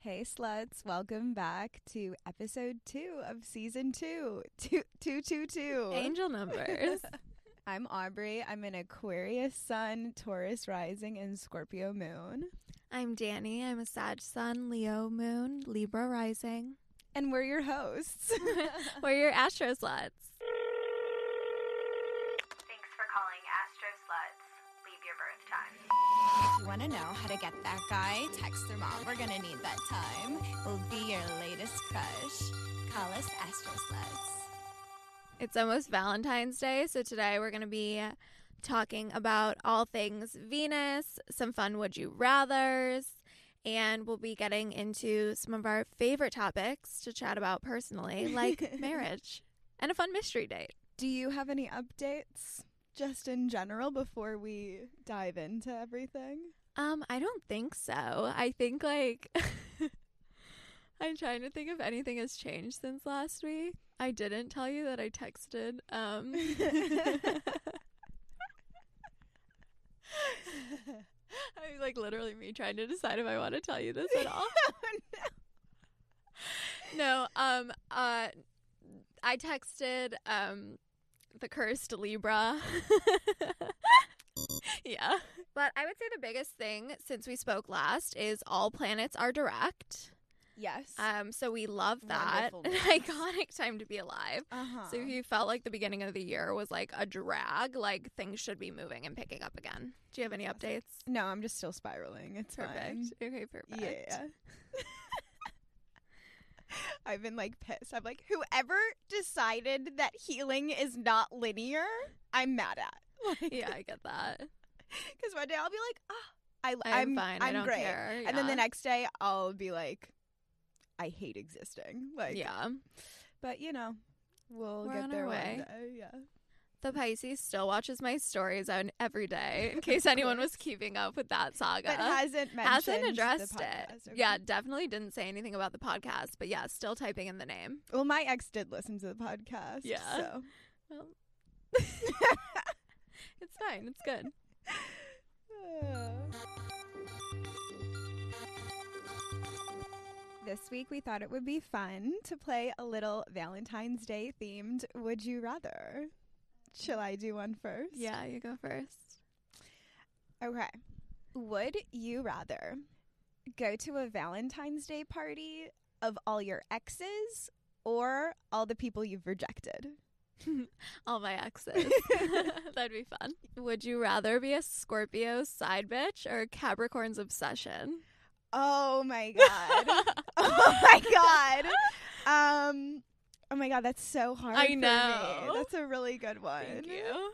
Hey, sluts, welcome back to episode two of season two. Two, two, two, two. Angel numbers. I'm Aubrey. I'm an Aquarius sun, Taurus rising, and Scorpio moon. I'm Danny. I'm a Sag Sun, Leo Moon, Libra Rising. And we're your hosts. We're your Astro Sluts. Thanks for calling Astro Sluts. Leave your birth time. you want to know how to get that guy, text their mom. We're going to need that time. We'll be your latest crush. Call us Astro Sluts. It's almost Valentine's Day, so today we're going to be talking about all things Venus, some fun would you rathers, and we'll be getting into some of our favorite topics to chat about personally, like marriage and a fun mystery date. Do you have any updates just in general before we dive into everything? Um, I don't think so. I think like I'm trying to think if anything has changed since last week. I didn't tell you that I texted um I was like literally me trying to decide if I want to tell you this at all. no, um uh I texted um the cursed Libra. yeah. But I would say the biggest thing since we spoke last is all planets are direct. Yes. Um so we love that. Wonderful An iconic time to be alive. uh-huh. So if you felt like the beginning of the year was like a drag, like things should be moving and picking up again. Do you have any updates? no, I'm just still spiraling. It's fine. Perfect. Okay, perfect. Yeah. I've been like pissed. I'm like, whoever decided that healing is not linear, I'm mad at. Like, Yeah, I get that. Because one day I'll be like, ah, I, I'm, I'm, fine. I'm I don't great. care. And then Yeah. the next day I'll be like, I hate existing. Like, yeah. But you know, we'll We're get on our there way. one day. Yeah. The Pisces still watches my stories on every day in case anyone was keeping up with that saga. But hasn't mentioned Hasn't the addressed podcast, it. okay. Yeah, definitely didn't say anything about the podcast, but yeah, still typing in the name. Well, my ex did listen to the podcast. Yeah. So Well, it's fine. It's good. This week, we thought it would be fun to play a little Valentine's Day themed Would You Rather? Shall I do one first? Yeah, you go first. Okay. Would you rather go to a Valentine's Day party of all your exes or all the people you've rejected? All my exes. That'd be fun. Would you rather be a Scorpio side bitch or a Capricorn's obsession? Oh my God. oh my God. Um, oh my God, that's so hard. I for me. know. That's a really good one. Thank you.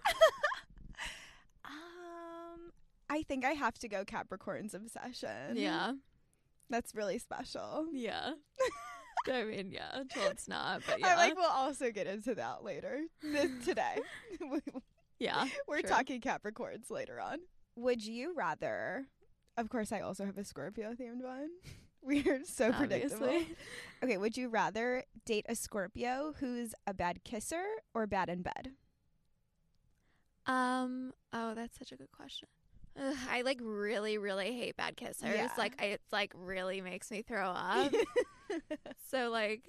Um, I think I have to go Capricorn's obsession. Yeah. That's really special. Yeah. I mean, yeah, till it's not, but yeah. I like we'll also get into that later. This today. yeah. We're True. talking Capricorns later on. Would you rather? Of course, I also have a Scorpio themed one. We are so predictable. obviously. Okay, would you rather date a Scorpio who's a bad kisser or bad in bed? Um, oh, that's such a good question. Ugh, I like really, really hate bad kissers. Yeah. Like, I, it's like really makes me throw up. so like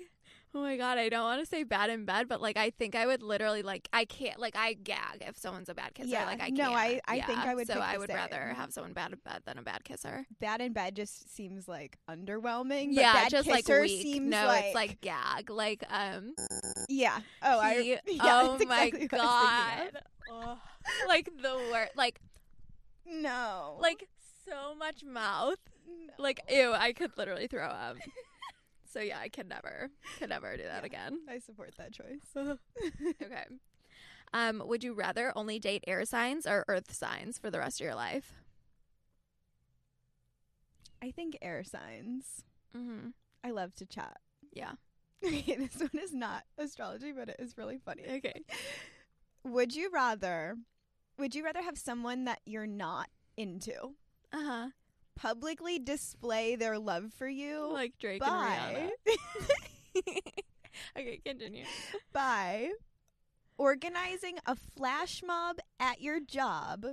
oh my god i don't want to say bad in bed but like i think i would literally like i can't like i gag if someone's a bad kisser Yeah. like i can't No, I- I Yeah. think I would so pick i the would same. rather have someone bad in bed than a bad kisser bad in bed just seems like underwhelming. But yeah bad just like kisser weak seems no like, it's like gag like um yeah. Oh, I. he- Yeah, oh that's my exactly what I was god like the word like thinking of. No. like so much mouth No. like ew i could literally throw up so yeah i could never could never do that Yeah. again I support that choice. Okay. Um, would you rather only date air signs or earth signs for the rest of your life? I think air signs. Mm-hmm. I love to chat. Yeah. Okay, this one is not astrology, but it is really funny. Okay. Would you rather would you rather have someone that you're not into Uh huh. publicly display their love for you Like Drake by and Rihanna. okay, continue. by organizing a flash mob at your job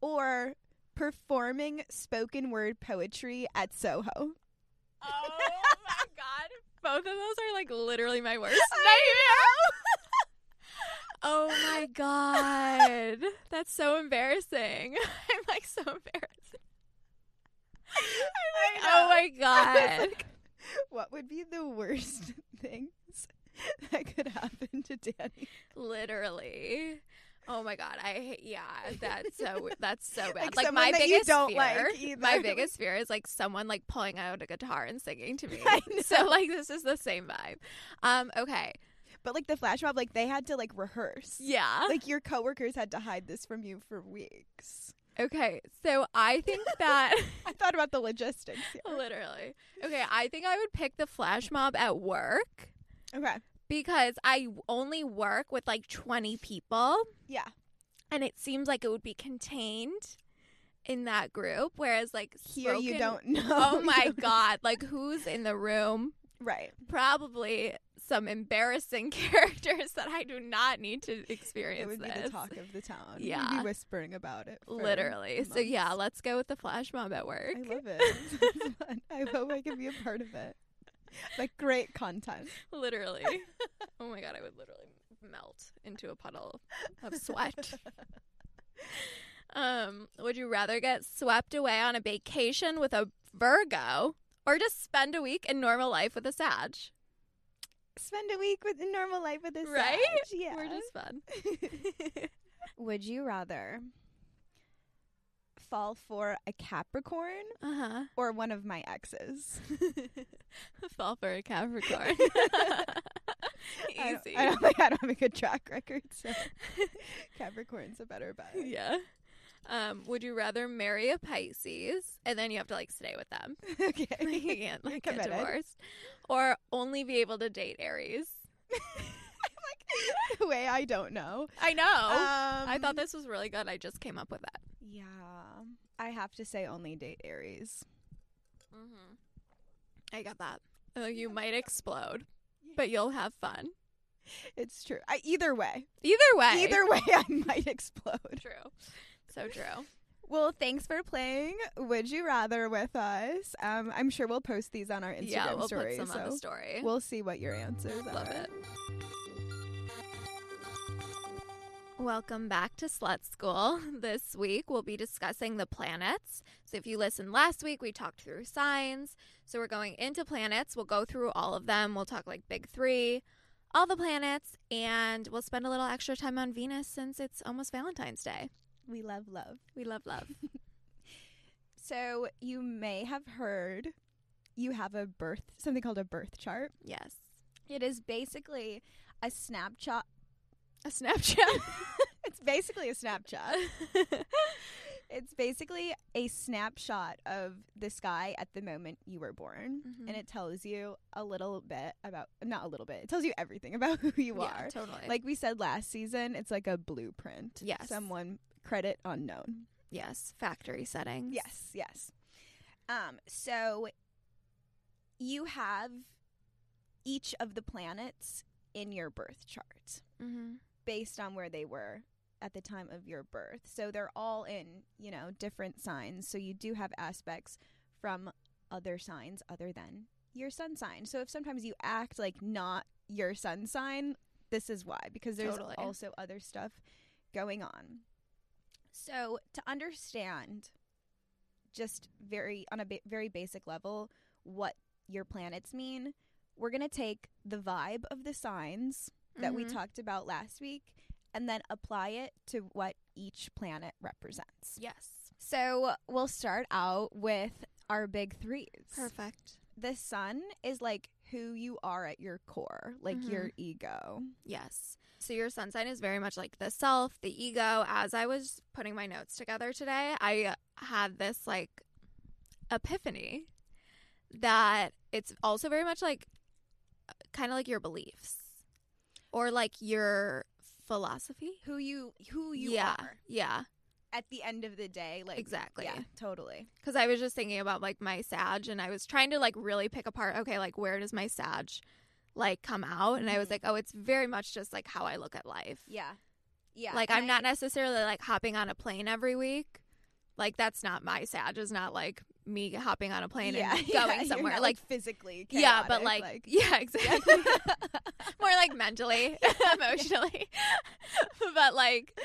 or performing spoken word poetry at Soho? Oh both of those are like literally my worst nightmare. oh my god, that's so embarrassing. I'm like so embarrassed. I Oh know. I my was god. like, what would be the worst things that could happen to Danny? Literally. Oh my god, I hate- yeah, that's so that's so bad. Like Like, someone my that you biggest don't fear, like either. my biggest fear is like someone like pulling out a guitar and singing to me. I So like this is the same vibe. Um okay. But like the flash mob, like they had to like rehearse. Yeah. Like your coworkers had to hide this from you for weeks. Okay. So I think that I thought about the logistics. Here. literally. Okay, I think I would pick the flash mob at work Okay. because I only work with like 20 people. Yeah. and it seems like it would be contained in that group whereas like Here you spoken- don't know. oh You my don't- god like who's in the room Right. probably some embarrassing characters that i do not need to experience It would be this the talk of the town. We'd Yeah. be whispering about it. for literally so yeah months. let's go with the flash mob at work I love it. It's fun. I hope I can be a part of it. Like great content. literally oh my god i would literally melt into a puddle of sweat um would you rather get swept away on a vacation with a virgo or just spend a week in normal life with a sag Spend a week with normal life with this Right? Sag. Yeah. we're just fun Would you rather fall for a Capricorn uh-huh or one of my exes? fall for a capricorn I don't- easy I don't, think I don't have a good track record, so Capricorn's a better bet. yeah um would you rather marry a pisces and then you have to like stay with them you okay. can't like get committed. divorced or only be able to date aries the way I don't know. i know Oh, i Um, thought this was really good i just came up with that Yeah. I have to say only date Aries. mm-hmm. i got that oh, you might explode but you'll have fun It's true. I, either way. either way Either way I might explode. true so true Well, thanks for playing Would You Rather with us. Um, I'm sure we'll post these on our Instagram yeah we'll story. put some on the so story We'll see what your answers are. love it Welcome back to Slut School. This week we'll be discussing the planets. So, if you listened last week, we talked through signs. So, we're going into planets. We'll go through all of them. We'll talk like big three, all the planets, and we'll spend a little extra time on Venus since it's almost Valentine's Day. We love love. We love love. So you may have heard you have a birth something called a birth chart. yes. It is basically a snapshot. A Snapchat. It's basically a snapshot. it's basically a snapshot of the sky at the moment you were born. Mhm. And it tells you a little bit about, not a little bit, it tells you everything about who you yeah, are. totally. Like we said last season, it's like a blueprint. Yes. Someone credit unknown. yes, factory settings. Yes, yes. Um, so you have each of the planets in your birth chart hmm based on where they were at the time of your birth. So they're all in, you know, different signs. So you do have aspects from other signs other than your sun sign. So if sometimes you act like not your sun sign, this is why because there's Totally. also other stuff going on. So to understand just very on a ba- very basic level what your planets mean, we're going to take the vibe of the signs that Mm-hmm. we talked about last week and then apply it to what each planet represents. Yes. So we'll start out with our big threes. Perfect. The sun is like who you are at your core, like Mhm. your ego. Yes. So your sun sign is very much like the self, the ego. As I was putting my notes together today, I had this like epiphany that it's also very much like kind of like your beliefs or like your philosophy. Who you who you yeah. are Yeah. at the end of the day, like Exactly. Yeah, totally. Cuz I was just thinking about like my sag and I was trying to like really pick apart okay, like where does my sag like come out? And I was Mhm. like, oh, it's very much just like how I look at life. Yeah. Yeah. Like and I'm I- not necessarily like hopping on a plane every week. Like that's not my sag. Is not like me hopping on a plane yeah, and yeah, going you're somewhere. not, like, physically. yeah, but chaotic, like, yeah, exactly. More like mentally, emotionally, but like,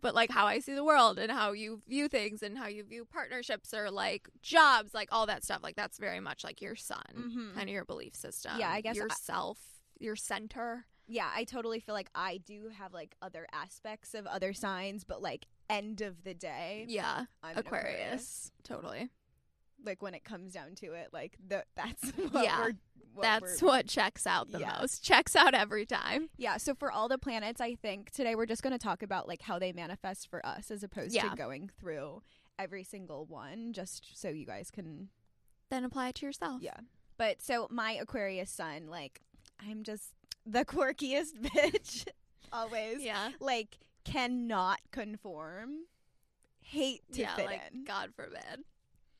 but like how I see the world and how you view things and how you view partnerships or like jobs, like all that stuff. Like that's very much like your son, Mhm. kind of your belief system. Yeah, I guess I- yourself, your center. yeah, I totally feel like I do have like other aspects of other signs, but like end of the day, Yeah, I'm an Aquarius, totally. Like when it comes down to it, like the, that's what Yeah, we're what that's we're, what checks out the Yeah. most. Checks out every time. yeah. So for all the planets, I think today we're just going to talk about like how they manifest for us, as opposed Yeah. to going through every single one, just so you guys can Then apply it to yourself. Yeah. But so my Aquarius son, like, I'm just the quirkiest bitch always. yeah, Like, cannot conform. Hate to yeah. fit Like in. God forbid.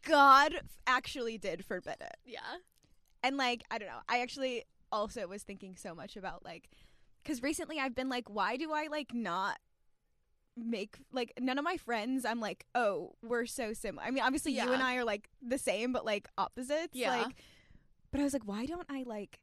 God f- actually did forbid it. Yeah. And like, I don't know. I actually also was thinking so much about like, because recently I've been like, why do I like not make like none of my friends? I'm like, oh, we're so similar. I mean, obviously you Yeah. and I are like the same, but like opposites. Yeah. Like, but I was like, why don't I like?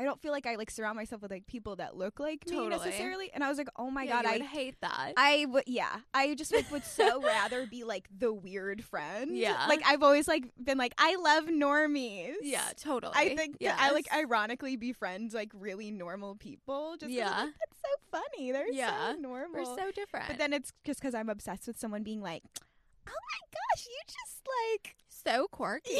I don't feel like I like surround myself with like people that look like me Totally. necessarily. And I was like, oh my Yeah, god, you I would hate that. I would, yeah. I just like would so rather be like the weird friend. Yeah. Like I've always like been like I love normies. yeah, totally. I think that I like Yes. ironically befriend like really normal people. Just 'cause I'm Yeah. like, that's so funny. They're Yeah. so normal. we're so different. but then it's just because I'm obsessed with someone being like, oh my gosh, you just like so quirky,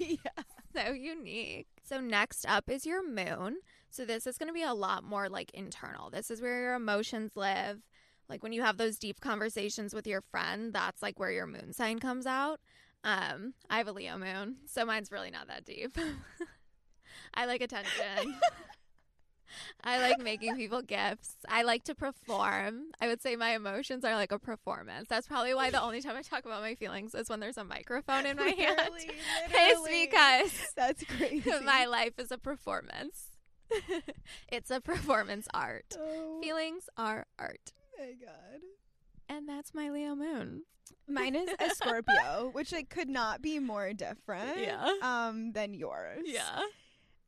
yeah. so unique. So next up is your moon. So this is going to be a lot more like internal. This is where your emotions live. Like when you have those deep conversations with your friend, that's like where your moon sign comes out. Um, I have a Leo moon, so mine's really not that deep. I like attention. I like making people gifts. I like to perform. I would say my emotions are like a performance. That's probably why the only time I talk about my feelings is when there's a microphone in my hand. Literally, It's literally. because That's crazy. my life is a performance. it's a performance art. oh Feelings are art. my god. And that's my Leo moon. Mine is a Scorpio, which like could not be more different. Yeah. Um, than yours.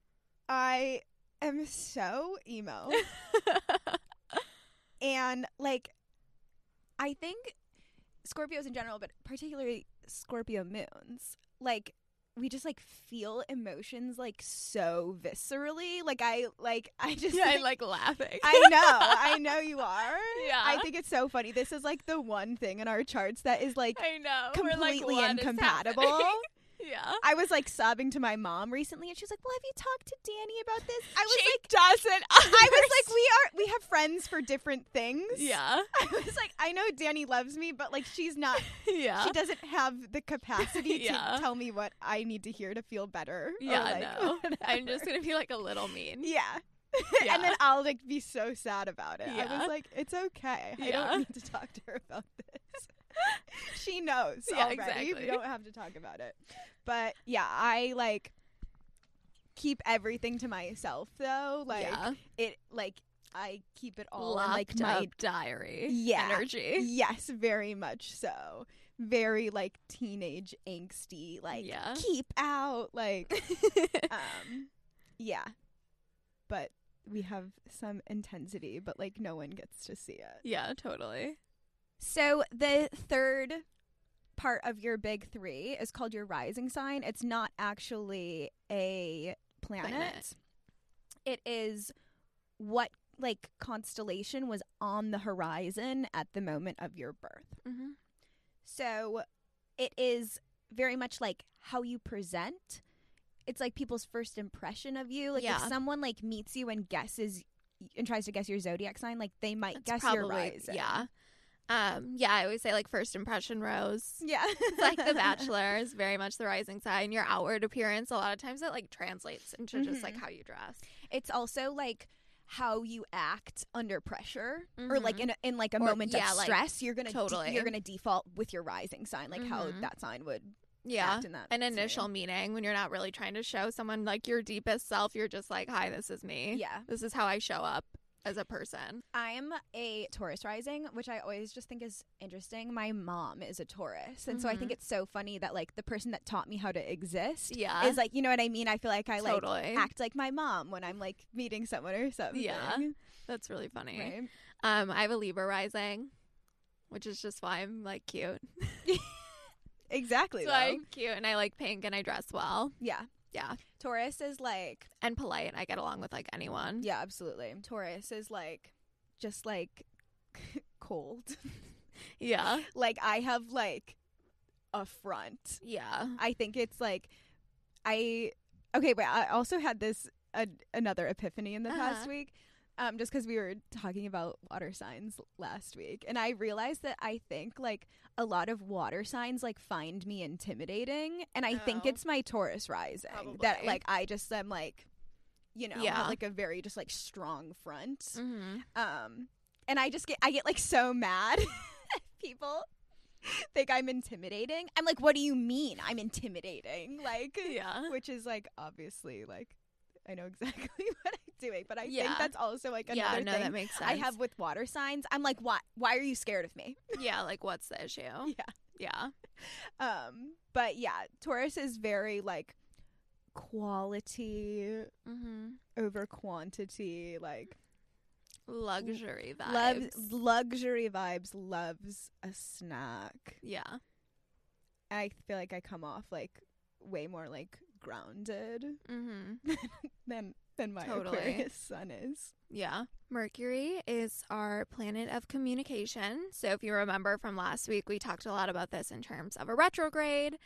I am so emo, and like, I think Scorpios in general, but particularly Scorpio moons, like we just like feel emotions like so viscerally. Like I like I just yeah, I think- like laughing. I know, I know you are. Yeah. I think it's so funny. This is like the one thing in our charts that is like I know. We're like, completely "What is incompatible. happening?" yeah. I was like sobbing to my mom recently, and she was like, "Well, have you talked to Danny about this?" I was she like, doesn't. "I was like, we are we have friends for different things." yeah, I was like, "I know Danny loves me, but like she's not. yeah. She doesn't have the capacity Yeah. to tell me what I need to hear to feel better." or, yeah, like, no. I'm whatever. just gonna be like a little mean. yeah. Yeah. and then I'll like be so sad about it. I Yeah. was like, "It's okay. I Yeah. don't need to talk to her about this." she knows Yeah, already. exactly. We don't have to talk about it. But yeah, I like keep everything to myself though. Like yeah. it, like I keep it all in, like Locked my up diary. Yeah. energy. yes, very much so. Very like teenage angsty. Like Yeah. keep out. Like um yeah but we have some intensity but like no one gets to see it yeah, totally. so the third part of your big three is called your rising sign it's not actually a planet, Planet. it is what like constellation was on the horizon at the moment of your birth Mm-hmm. so it is very much like how you present. It's like people's first impression of you. Like Yeah. if someone like meets you and guesses and tries to guess your zodiac sign, like they might That's guess your rising. Yeah. Um, yeah, I always say like first impression rose. Yeah. It's like The Bachelor is very much the rising sign. Your outward appearance, a lot of times it like translates into just like Mhm. how you dress. It's also like how you act under pressure or like in a, in like a Mm-hmm. Or- moment yeah, of like, stress you're going to totally. you're going to default with your rising sign like how Mhm. that sign would Yeah. act in that An scenario. initial meeting when you're not really trying to show someone like your deepest self, you're just like, Hi, this is me. Yeah. This is how I show up as a person? I'm a Taurus rising, which I always just think is interesting. My mom is a Taurus, and so I Mhm. think it's so funny that like the person that taught me how to exist Yeah. is like, you know what I mean? I feel like I like totally. act like my mom when I'm like meeting someone or something. Yeah. That's really funny. Right. Um, I have a Libra rising, which is just why I'm like cute. Exactly. So though. I'm cute and I like pink and I dress well yeah. Yeah. Taurus is like and polite. I get along with like anyone. Yeah, absolutely. Taurus is like just like cold. Yeah. like I have like a front. Yeah. I think it's like I okay, but I also had this a, another epiphany in the past Uh-huh. week. Um, just because we were talking about water signs last week, and I realized that I think like a lot of water signs like find me intimidating, and I think Oh. it's my Taurus rising that Probably. like I just am like, you know, Yeah. have, like a very just like strong front. hmm Um, and I just get I get like so mad. People think I'm intimidating. I'm like, what do you mean I'm intimidating? Like, Yeah. which is like obviously like I know exactly what I'm doing, but I Yeah. think that's also like another Yeah. No, thing that makes sense. I have with water signs. I'm like, why? Why are you scared of me? Yeah. Like, what's the issue? Yeah. Yeah. Um, but yeah, Taurus is very like quality Mm-hmm. over quantity, like Luxury vibes. loves luxury vibes, loves a snack. Yeah. I feel like I come off like way more like grounded Mm-hmm. than than my Totally. Aquarius sun is. Yeah. Mercury is our planet of communication. So, if you remember from last week, we talked a lot about this in terms of a retrograde.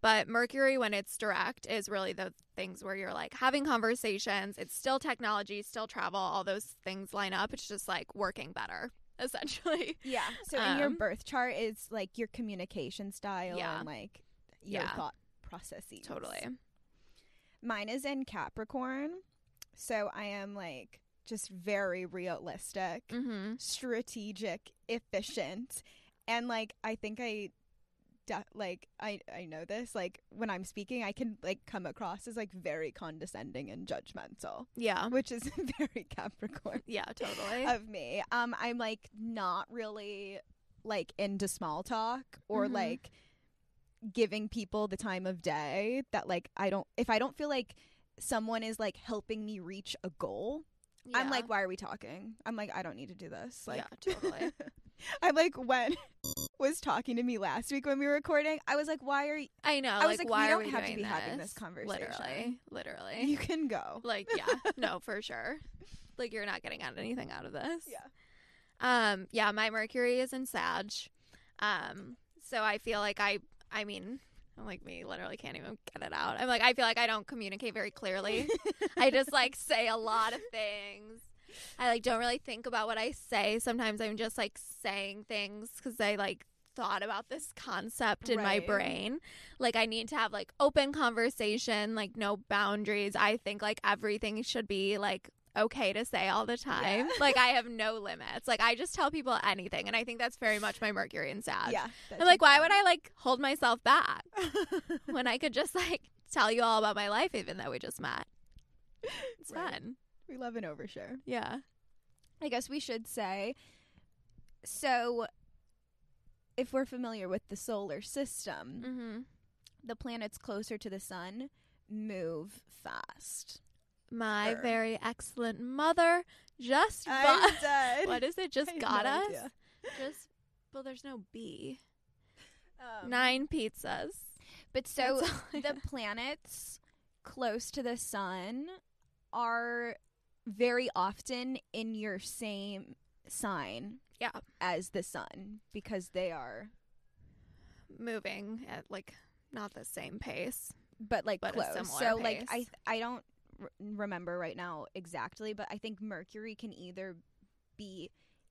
But Mercury, when it's direct, is really the things where you're like having conversations. It's still technology, still travel, all those things line up. It's just like working better, essentially. Yeah. So in your Um, birth chart is like your communication style Yeah. and like your Yeah. thought processes. Totally. Mine is in Capricorn, so I am like just very realistic, Mm-hmm. strategic, efficient, and like I think I. De- like I, I know this like when i'm speaking i can like come across as like very condescending and judgmental Yeah. which is very Capricorn Yeah, totally. of me. Um, I'm like not really like into small talk or Mhm. like giving people the time of day that like I don't if I don't feel like someone is like helping me reach a goal, I'm Yeah. like, why are we talking? I'm like, I don't need to do this. Like yeah, totally. I'm like when was talking to me last week when we were recording, I was like, why are you, I know. I was like, like, we why are don't we have to doing be having this Literally, conversation. literally. you can go. Like, yeah, no, for sure. Like, you're not getting out anything out of this. Yeah. Um. Yeah, my Mercury is in Sag. Um. So I feel like I. I mean, I'm like me. Literally, can't even get it out. I'm like, I feel like I don't communicate very clearly. I just like say a lot of things. I like don't really think about what I say. Sometimes I'm just like saying things because I like thought about this concept in my Right. brain. Like I need to have like open conversation, like no boundaries. I think like everything should be like okay to say all the time. Like I have no limits. Like I just tell people anything, and I think that's very much my Mercury and Sag. yeah. I'm like, why would I like hold myself back when I could just like tell you all about my life, even though we just met? It's Right. fun. we love an overshare. Yeah. I guess we should say. So, if we're familiar with the solar system, Mm-hmm. the planets closer to the sun move fast. My Sure. very excellent mother just I'm bought. dead. What is it? Just I have got no us. idea. Just well, there's no B. Um, Nine pizzas. But so That's all I the know. planets close to the sun are very often in your same sign Yeah, as the sun because they are moving at like not the same pace. but like But a close. similar So like I pace. th- I don't r- remember right now exactly, but I think Mercury can either be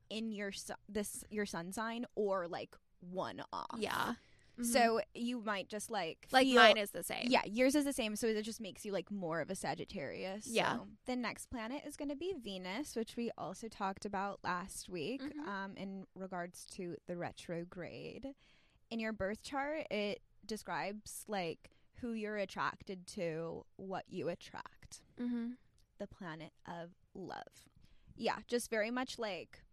in your su- this your sun sign or like one off. Yeah. Mhm. So you might just like like feel- mine is the same. Yeah, yours is the same, so it just makes you like more of a Sagittarius. Yeah. So The next planet is going to be Venus, which we also talked about last week Mhm. um, in regards to the retrograde. In your birth chart, it describes like who you're attracted to, what you attract, Mm-hmm. the planet of love. yeah, just very much like,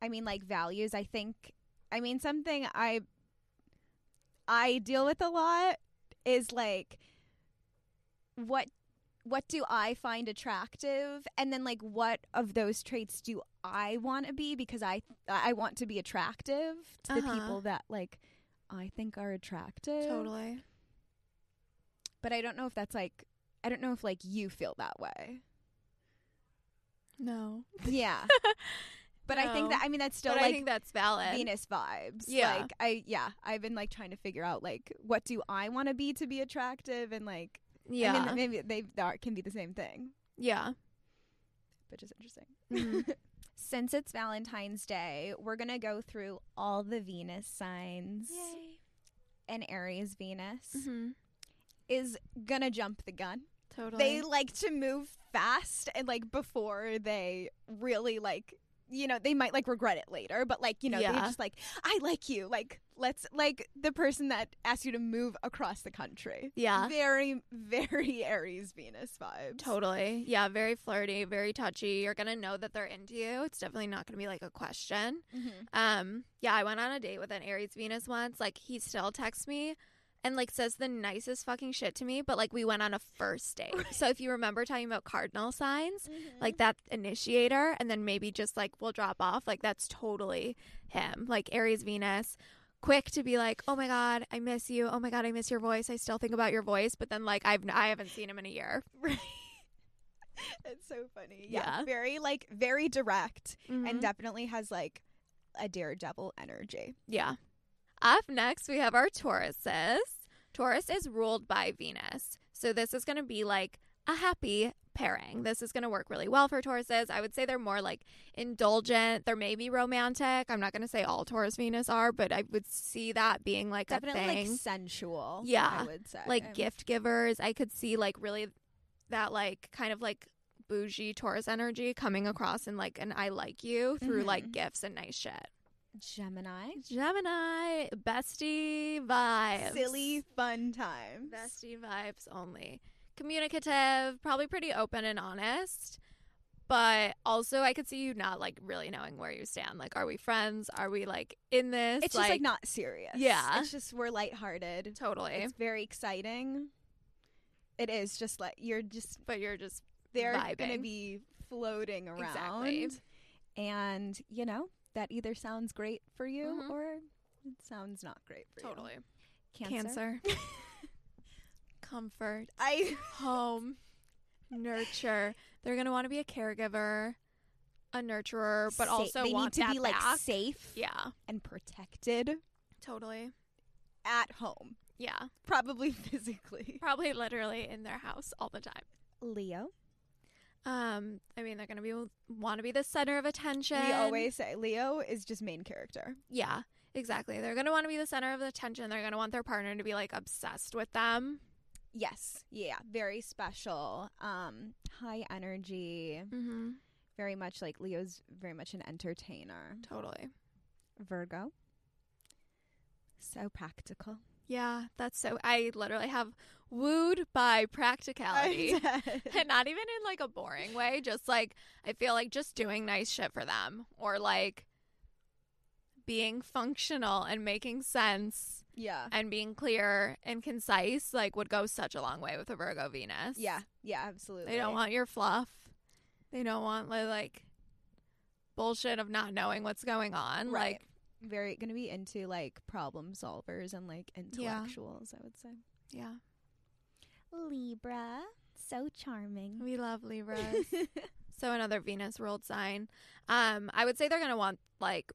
I mean, like values. I think, I mean, something I I deal with a lot is like what what do I find attractive, and then like what of those traits do I want to be because I I want to be attractive to the Uh-huh. people that like I think are attractive. Totally. But I don't know if that's like I don't know if like you feel that way. No. Yeah. but I think No. that I mean that's still but I like think that's valid. Venus vibes. Yeah. Like I yeah, I've been like trying to figure out like what do I want to be to be attractive and like I yeah. mean, maybe they are, can be the same thing, yeah. which is interesting. Mhm. Since it's Valentine's Day, we're going to go through all the Venus signs and Aries Venus Mhm. is going to jump the gun. Totally. They like to move fast and like before they really like you know they might like regret it later but like you know they're Yeah. just like i like you like let's like the person that asked you to move across the country Yeah. very very aries venus vibes Totally. Yeah. Very flirty, very touchy. You're going to know that they're into you. It's definitely not going to be like a question. Mhm. Um, yeah, I went on a date with an Aries Venus once. Like he still texts me and like says the nicest fucking shit to me, but like we went on a first date. So if you remember talking about cardinal signs, like that initiator and then maybe just like we'll drop off, like that's totally him. Like Aries Venus quick to be like, "Oh my god, I miss you. Oh my god, I miss your voice. I still think about your voice." But then like I've I haven't seen him in a year. Right. That's so funny. Yeah. Mm-hmm. Yeah. Very like very direct Mhm. and definitely has like a daredevil energy. Yeah. Up next, we have our Tauruses. Taurus is ruled by Venus. So this is going to be like a happy pairing. This is going to work really well for Tauruses. I would say they're more like indulgent. They're maybe romantic. I'm not going to say all Taurus Venus are, but I would see that being like a Definitely thing. like uh, um, sensual. I Yeah. would say. like gift givers. I could see like really that like kind of like bougie Taurus energy coming across in like an I like you through like Mhm. gifts and nice shit. Gemini. Gemini bestie vibes. Silly fun times. bestie vibes only. Communicative, probably pretty open and honest. But also, I could see you not like really knowing where you stand. Like, are we friends? Are we like in this? It's just like not serious. Yeah. It's just we're lighthearted. totally. It's very exciting. It is just like you're just but you're just they're gonna Vibing. be floating around. Exactly. And, you know, that either sounds great for you Mhm. or it sounds not great for you. totally Cancer. comfort, I home, nurture. They're gonna want to be a caregiver, a nurturer, but Sa- also they want need to that be like back. safe Yeah, and protected totally. at home, Yeah. probably physically. probably literally in their house all the time. Leo, Um, I mean, they're gonna be want to be the center of attention. we always say Leo is just main character. yeah, exactly. They're gonna want to be the center of attention. They're gonna want their partner to be like obsessed with them. Yes, yeah, very special, um, high energy, Mm-hmm. very much like Leo's very much an entertainer. Totally. Virgo, so practical. Yeah, that's so. I literally have wooed by practicality. and not even in like a boring way just like i feel like just doing nice shit for them or like being functional and making sense yeah, and being clear and concise like would go such a long way with a virgo venus yeah, yeah, absolutely. they don't want your fluff they don't want li- like bullshit of not knowing what's going on Right. like very going to be into like problem solvers and like intellectuals. I would say. yeah Libra, so charming. we love libras So another Venus ruled sign. Um, I would say they're gonna want like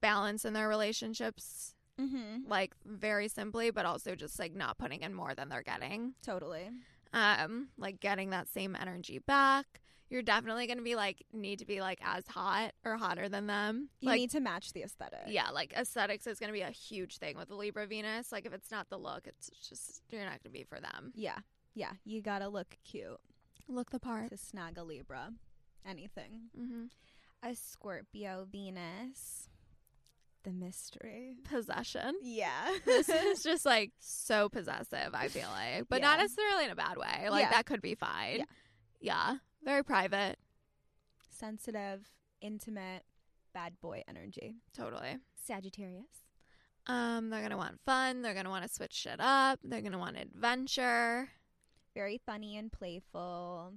balance in their relationships, mm-hmm. like very simply, but also just like not putting in more than they're getting. Totally. Um, like getting that same energy back. You're definitely gonna be like need to be like as hot or hotter than them. You like need to match the aesthetic. yeah, like aesthetics is gonna be a huge thing with the Libra Venus. Like if it's not the look, it's just you're not gonna be for them. Yeah. Yeah. You gotta look cute Look the part. to snag a Libra. Anything. hmm A Scorpio Venus. The mystery. Possession. Yeah. this is just like so possessive, I feel like, but not Yeah. necessarily in a bad way. Like Yeah. that could be fine. Yeah. Yeah. Very private. sensitive, intimate, bad boy energy. Totally. Sagittarius. Um, they're gonna want fun. They're gonna want to switch shit up. They're gonna want adventure. Very funny and playful.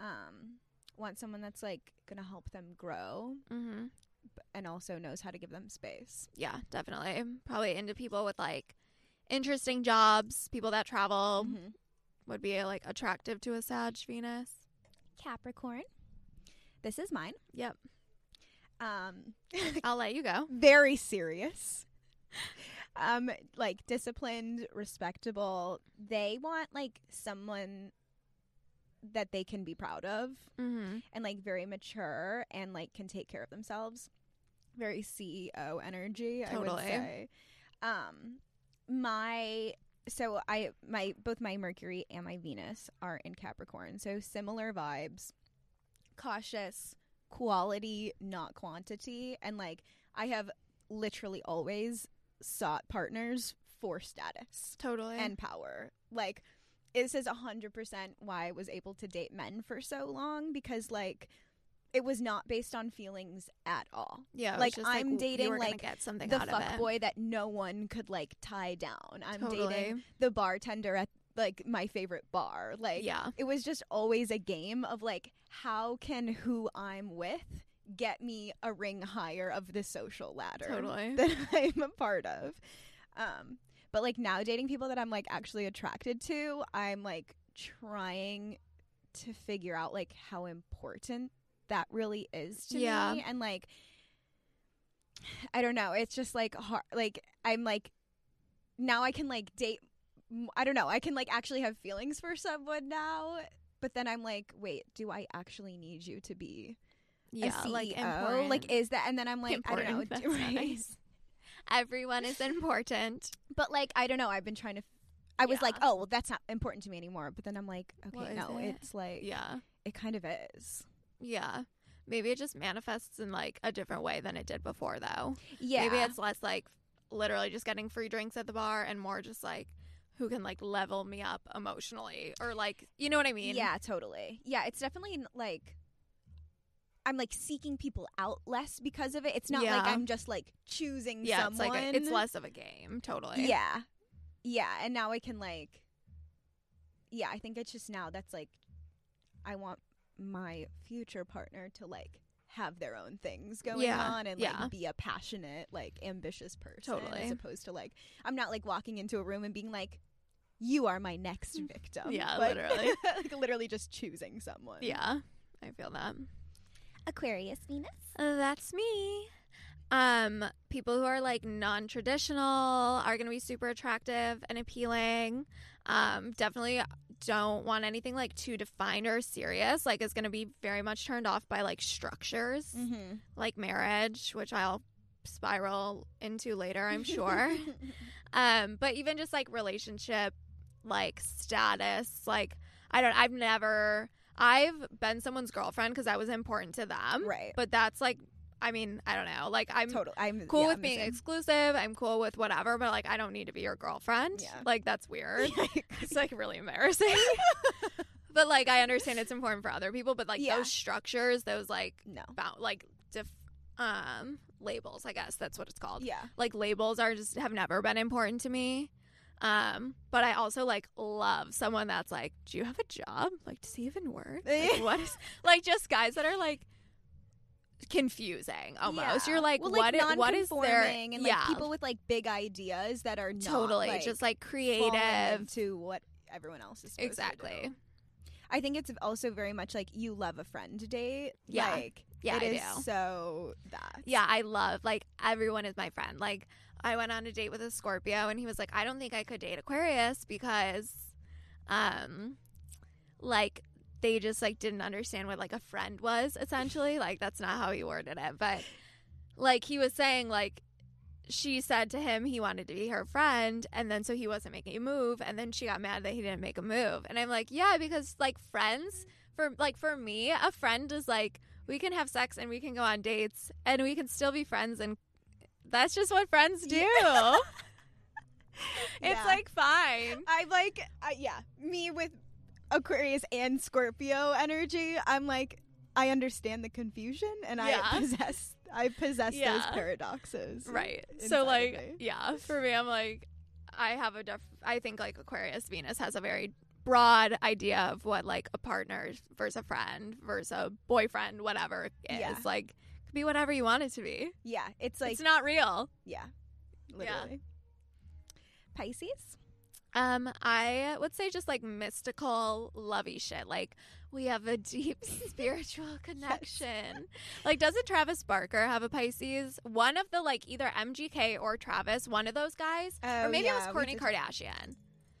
Um, want someone that's like going to help them grow Mm-hmm. b- and also knows how to give them space. Yeah, definitely. Probably into people with like interesting jobs. People that travel Mhm. would be like attractive to a Sag Venus. Capricorn. This is mine. Yep. Um, I'll let you go. very serious. Um, like disciplined, respectable. They want like someone that they can be proud of Mm-hmm. and like very mature and like can take care of themselves. Very CEO energy, I would Totally. say. Um, my so I my both my Mercury and my Venus are in Capricorn, so similar vibes. Cautious, quality, not quantity, and like I have literally always sought partners for status Totally. and power. Like, this is 100% why I was able to date men for so long because, like, it was not based on feelings at all. yeah, it was like, just, I'm w- dating, you were gonna like, get something the out of fuck it. boy that no one could, like, tie down. I'm totally. dating the bartender at, like, my favorite bar. Like, yeah. it was just always a game of, like, how can who I'm with get me a ring higher of the social ladder? Totally. that I'm a part of. Um, but like now dating people that I'm like actually attracted to, I'm like trying to figure out like how important that really is to Yeah. me and like I don't know, it's just like hard like I'm like now I can like date m- I don't know, I can like actually have feelings for someone now, but then I'm like, wait, do I actually need you to be yeah. a CEO? Like E Like, important. is that and then I'm like I don't know, important. That's right? nice. Everyone is important. But like, I don't know. I've been trying to. I was like, Yeah. oh, well, that's not important to me anymore. But then I'm like, okay, Well, is no, it? it's like, Yeah. it kind of is. Yeah. Maybe it just manifests in like a different way than it did before though. Yeah, Maybe it's less like literally just getting free drinks at the bar and more just like who can like level me up emotionally or like you know what I mean? yeah, totally. Yeah, it's definitely like, I'm like seeking people out less because of it. It's not like Yeah. I'm just like choosing Yeah, it's someone. like a, it's less of a game, totally. Yeah, yeah, and now I can like, yeah, I think it's just now that's like, I want my future partner to like have their own things going Yeah, on and yeah. like be a passionate, like ambitious person, Totally. as opposed to like I'm not like walking into a room and being like, you are my next victim. Yeah, Like- literally. like literally just choosing someone. Yeah. I feel that. Uh, Aquarius Venus. That's me. Um, people who are like non traditional are going to be super attractive and appealing. Um, definitely don't want anything like too defined or serious. Like, is going to be very much turned off by like structures, Mm-hmm. like marriage, which I'll spiral into later, I'm sure. um, but even just like relationship, like status, like, I don't, I've never, I've been someone's girlfriend because that was important to them right. but that's like i mean i don't know like i'm totally. I'm cool yeah, with I'm the being same. exclusive i'm cool with whatever but like i don't need to be your girlfriend Yeah. like that's weird Yikes. it's like really embarrassing but like i understand it's important for other people but like Yeah. those structures those like no. about like diff um labels i guess that's what it's called Yeah. like labels are just have never been important to me um but i also like love someone that's like do you have a job like does he even work like, what is like just guys that are like confusing almost Yeah. you're like well, what i- what is their non-conforming and like yeah people with like big ideas that are not, totally like, just like falling creative into what everyone else is supposed to exactly do. I think it's also very much like you love a friend date. Yeah. like, Yeah, it I is do. so that yeah i love like everyone is my friend like i went on a date with a scorpio and he was like i don't think i could date aquarius because um like they just like didn't understand what like a friend was essentially like that's not how he worded it but like he was saying like she said to him he wanted to be her friend and then so he wasn't making a move and then she got mad that he didn't make a move and i'm like yeah because like friends for like for me a friend is like we can have sex and we can go on dates and we can still be friends and that's just what friends do it's Yeah. like fine I'm like, uh, yeah, me with Aquarius and Scorpio energy. I'm like, I understand the confusion and I Yeah. possess I possess those Yeah. paradoxes. right inside so of like me. yeah for me i'm like i have a def- i think like aquarius venus has a very broad idea of what like a partner versus a friend versus a boyfriend whatever is Yeah. like could be whatever you want it to be Yeah, it's like it's not real yeah. Literally. Pisces? um i would say just like mystical lovey shit like we have a deep spiritual connection like doesn't travis barker have a pisces one of the like either mgk or travis one of those guys Oh, or maybe it yeah, was we Kourtney did- Kardashian.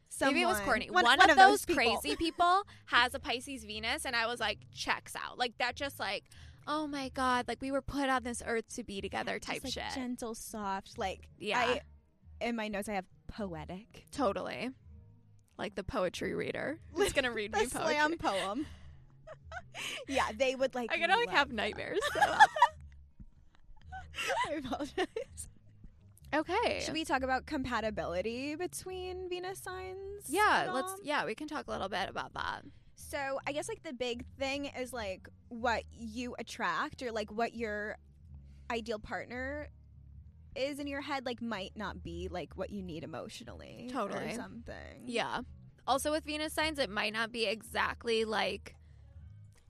Someone, Maybe it was Courtney. One, of, those, crazy people has a Pisces Venus, and I was like, checks out. Like that, just like, oh my god, like we were put on this earth to be together, Just, type like, shit. Gentle, soft, like Yeah. I in my notes I have poetic. totally. Like the poetry reader, who's gonna read me The poetry. slam poem. yeah, they would like I'm gonna like love have that. nightmares. I apologize. okay. Should we talk about compatibility between Venus signs? yeah, at let's. all? Yeah, we can talk a little bit about that. So I guess like the big thing is like what you attract or like what your ideal partner is in your head like might not be like what you need emotionally or Totally. something. Yeah. Also with Venus signs, it might not be exactly like,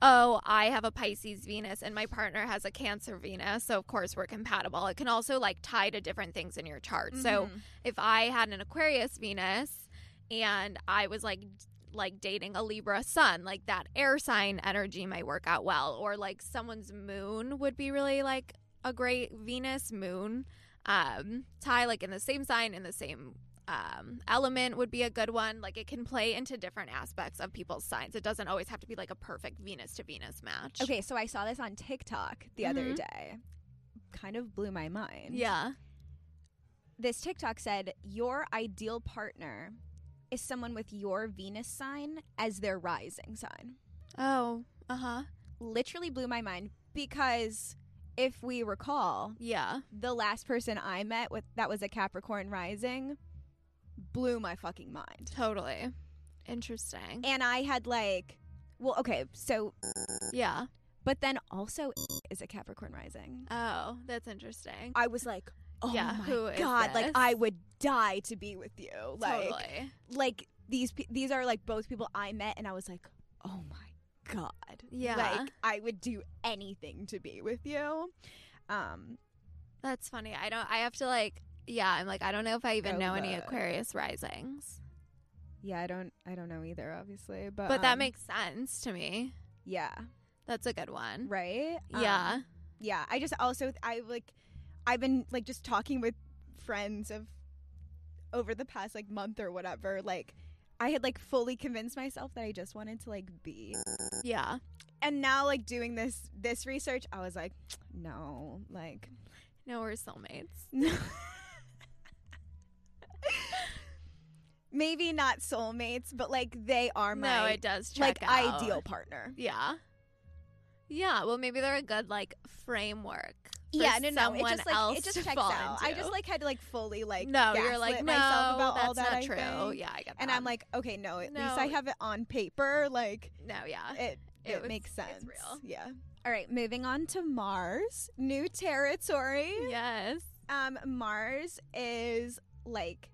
oh, I have a Pisces Venus and my partner has a Cancer Venus, so of course we're compatible. It can also like tie to different things in your chart. So Mhm. if I had an Aquarius Venus and I was like d- like dating a Libra sun, like that air sign energy might work out well. Or like someone's moon would be really like a great Venus moon um tie, like in the same sign, in the same um element would be a good one. Like it can play into different aspects of people's signs. It doesn't always have to be like a perfect Venus to Venus match. Okay, so I saw this on TikTok the other Mhm. day. Kind of blew my mind. Yeah. This TikTok said your ideal partner is someone with your Venus sign as their rising sign. Oh. Uh uh-huh. huh. Literally blew my mind because if we recall, Yeah. the last person I met with that was a Capricorn rising blew my fucking mind. Totally. Interesting. And I had like, well, okay, so, yeah. but then also is a Capricorn rising. Oh, that's interesting. I was like, oh Yeah, my who is god, like this? I would die to be with you. Like, totally. like these pe- these are like both people I met, and I was like, oh my god, Yeah. like I would do anything to be with you. Um, That's funny. I don't I have to like yeah, I'm like I don't know if I even Go know any look. Aquarius risings. yeah, I don't, I don't know either, obviously, but But that um, makes sense to me. yeah, That's a good one. right, Um, Yeah. yeah i just also i like i've been like just talking with friends of over the past like month or whatever like i had like fully convinced myself that i just wanted to like be Yeah. and now like doing this this research i was like no like No, we're soulmates. no maybe not soulmates but like they are my no, it does check like out. ideal partner Yeah. Yeah, well maybe they're a good like framework. for yeah, no, no, someone it just like else it just to checks fall out. I into. just like had to like fully like no, you're gaslit like no, myself about that's all that not I true. think. Yeah, I get that. and I'm like, okay, Um, no, at least No. I have it on paper. Like no, yeah, it, it, It was- makes it's sense. real. Yeah. All right, moving on to Mars, new territory. yes, Um, Mars is like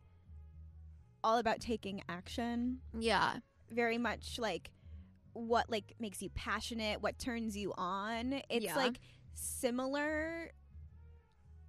all about taking action. yeah, Very much like what like makes you passionate, what turns you on. It's Yeah. like similar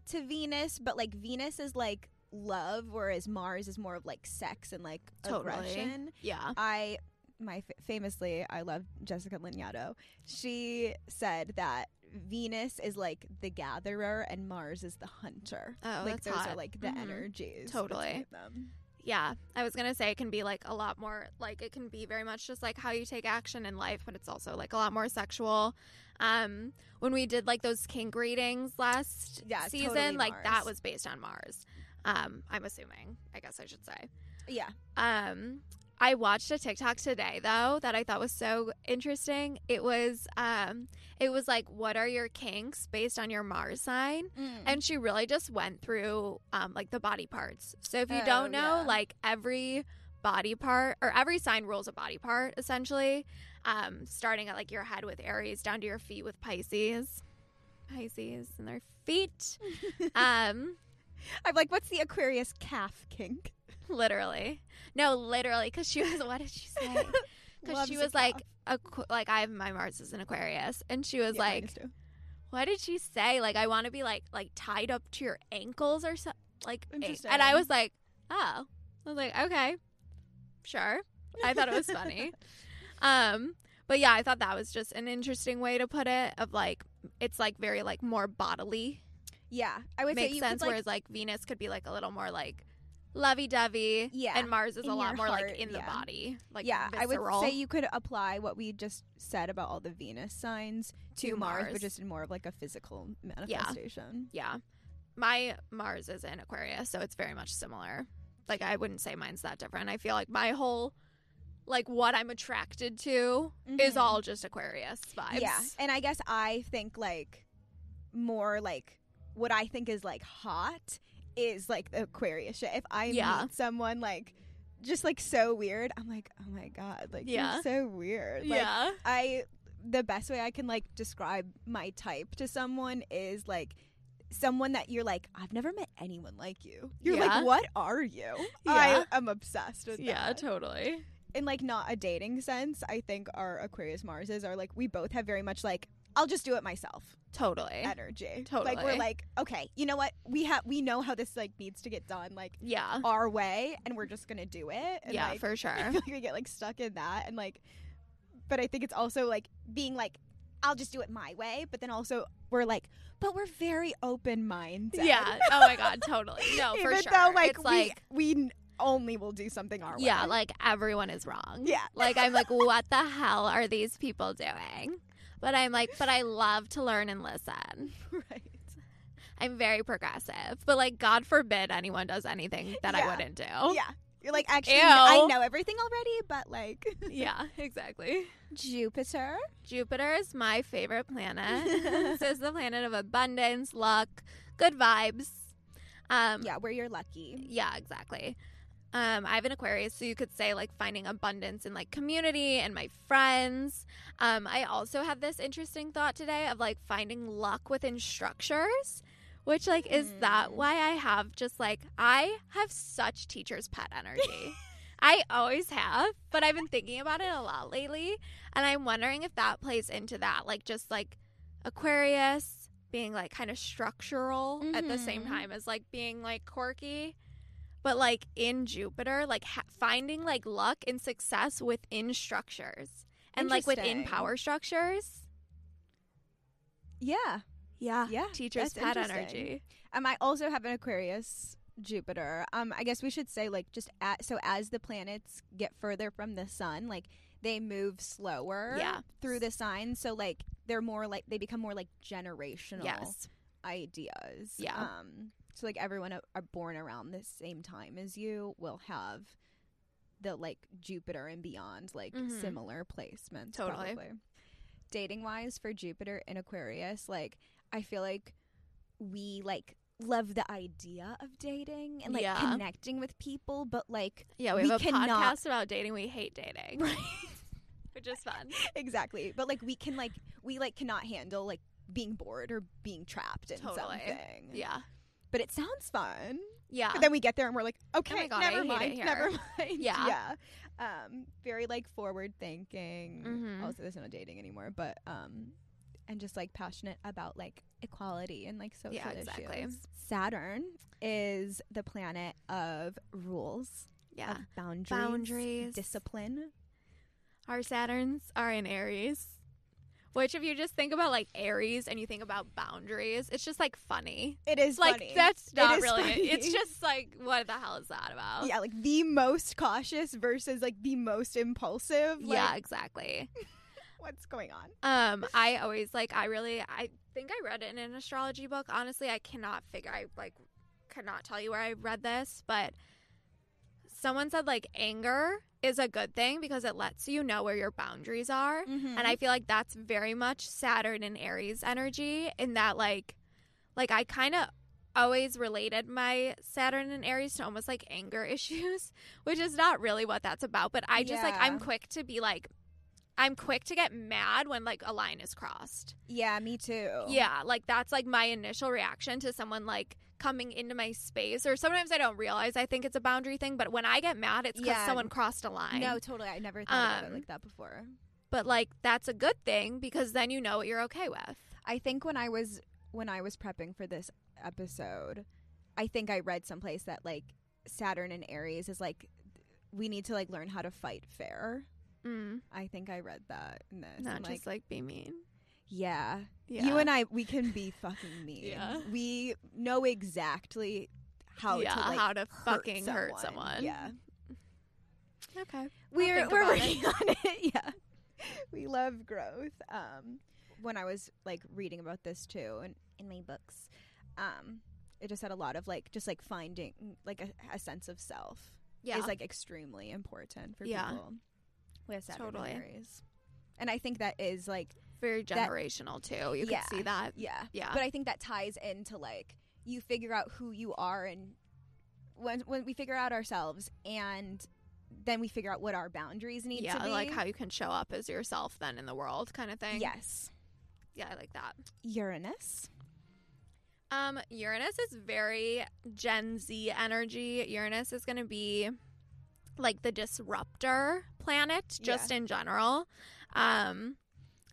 to Venus, but like Venus is like love, whereas Mars is more of like sex and like Totally. aggression. yeah, I my fa- famously I love Jessica Lignato. She said that Venus is like the gatherer and Mars is the hunter. Oh, like that's those are hot. like the Mhm. energies. Totally. between them. yeah. I was gonna say it can be like a lot more, like it can be very much just like how you take action in life, but it's also like a lot more sexual. Um, when we did like those kink readings last Yeah, season, totally like Mars. that was based on Mars. Um, I'm assuming. I guess I should say. Yeah. Um, I watched a TikTok today though that I thought was so interesting. It was um, it was like, what are your kinks based on your Mars sign? and she really just went through um, like the body parts. So if you Oh, don't know, yeah. like every body part or every sign rules a body part essentially. um, starting at like your head with Aries down to your feet with Pisces. Pisces and their feet. um, I'm like, what's the Aquarius calf kink? literally. No, literally, because she was, what did she say? Because Loves she a was like, calf. Aqu- like I have my Mars is in Aquarius, and she was Yeah, mine like, is too. what did she say? Like, I want to be like like tied up to your ankles or something. Like, a- Interesting. and I was like, oh, I was like, okay, sure. I thought it was funny. Um, but yeah, I thought that was just an interesting way to put it. Of like, it's like very like more bodily yeah, I would makes say you could, sense. like, whereas like Venus could be like a little more like lovey dovey, Yeah, and Mars is in a lot your more heart, like in the yeah. body, like yeah, I visceral. would say you could apply what we just said about all the Venus signs to, To Mars, Mars. but just in more of like a physical manifestation. yeah, my Mars is in Aquarius, so it's very much similar. Like I wouldn't say mine's that different. I feel like my whole like what I'm attracted to is Mhm. all just Aquarius vibes. Yeah, and I guess I think like more like what I think is like hot is like the Aquarius shit. If I Yeah. meet someone like just like so weird, I'm like, oh my god, like Yeah. you're so weird. Like, yeah. I the best way I can like describe my type to someone is like someone that you're like I've never met anyone like you. You're Yeah. like what are you? Yeah. I am obsessed with Yeah, that. totally. In like not a dating sense, I think our Aquarius Marses are like we both have very much like I'll just do it myself Totally. energy. Like we're Eh, Totally. like okay, you know what? We have we know how this like needs to get done like Yeah. our way and we're just going to do it. And, yeah, like, for I sure. feel like we get like stuck in that and like but I think it's also like being like I'll just do it my way, but then also we're like but we're very open minded. Yeah. Oh my god, totally. No, Even for sure. though like it's we like we n- only will do something our yeah, way. like everyone is wrong. yeah. Like I'm like, what the hell are these people doing? But I'm like, but I love to learn and listen. right. I'm very progressive. But like, God forbid anyone does anything that I Yeah. wouldn't do. Yeah. You're like actually I Ew. know everything already, but like yeah, exactly. Jupiter. Jupiter is my favorite planet. this is the planet of abundance, luck, good vibes. Um, Yeah, where you're lucky. Yeah, exactly. Um, I have an Aquarius, so you could say like finding abundance in like community and my friends. Um, I also had this interesting thought today of like finding luck within structures, which like is that Hmm. why I have just like I have such teacher's pet energy. I always have, but I've been thinking about it a lot lately, and I'm wondering if that plays into that, like just like Aquarius being like kind of structural at the same Mhm. time as like being like quirky but like in Jupiter, like ha- finding like luck and success within structures and like within Interesting. power structures. Yeah. Yeah, Yeah, Teachers that's pet interesting. energy. Um, I also have an Aquarius Jupiter. Um, I guess we should say like just at, so as the planets get further from the sun, like they move slower Yeah. through the sign. So like they're more like they become more like generational Yes, ideas. Yeah. Um, so like everyone a- are born around the same time as you will have the like Jupiter and beyond like Mhm. similar placements. Totally. Probably. Dating wise for Jupiter and Aquarius, like I feel like we like love the idea of dating and like Yeah. connecting with people, but like yeah. We, We have a cannot- podcast about dating. We hate dating, right? Which is fun. exactly, but like we can like we like cannot handle like being bored or being trapped in Totally. something. Yeah, but it sounds fun. yeah, But then we get there and we're like, okay, Oh my God, I never hate it mind, here. never mind. Yeah. yeah. Um, very like forward thinking. Mhm. Also, there's no dating anymore, but um, and just like passionate about like equality and like social Yeah, exactly. issues. Saturn is the planet of rules, yeah. of boundaries, Boundaries. discipline. Our Saturns are in Aries. Which, if you just think about like Aries and you think about boundaries, it's just like funny. It is It's like funny. that's It not is really. funny. It's just like what the hell is that about? yeah, like the most cautious versus like the most impulsive. Like, yeah, exactly. what's going on? Um, I always like I really I think I read it in an astrology book. Honestly, I cannot figure I like cannot tell you where I read this, but someone said like anger is a good thing because it lets you know where your boundaries are. Mm-hmm. And Mm-hmm. I feel like that's very much Saturn and Aries energy in that like like I kind of always related my Saturn and Aries to almost like anger issues, which is not really what that's about, but I just like I'm Yeah. quick to be like I'm quick to get mad when like a line is crossed. Yeah, me too. Yeah, like that's like my initial reaction to someone like coming into my space or sometimes I don't realize I think it's a boundary thing, but when I get mad it's cuz Yeah. someone crossed a line. No, totally. I never thought about it Um, like that before. But like that's a good thing because then you know what you're okay with. I think when I was when I was prepping for this episode, I think I read someplace that like Saturn and Aries is like we need to like learn how to fight fair. Mm. I think I read that in this. Not I'm just like be mean. yeah. Yeah. You and I we can be fucking mean. Yeah. We know exactly how yeah, to like how to hurt fucking someone. hurt someone. Yeah. Okay. we're think we're about working on it. Yeah, we love growth. Um, when I was like reading about this too, and in my books, um, it just had a lot of like just like finding like a, a sense of self Yeah. is like extremely important for Yeah. people with Saturn Totally. and Aries. And I think that is like very that- generational too. You Yeah. can see that. yeah, Uh, Yeah. But I think that ties into like you figure out who you are, and when when we figure out ourselves, and then we figure out what our boundaries need yeah, to be. like how you can show up as yourself then in the world kind of thing. yes. Yeah, I like that. Uranus. Um, Uranus is very Gen Z energy. Uranus is going to be like the disruptor planet, just in general. Um,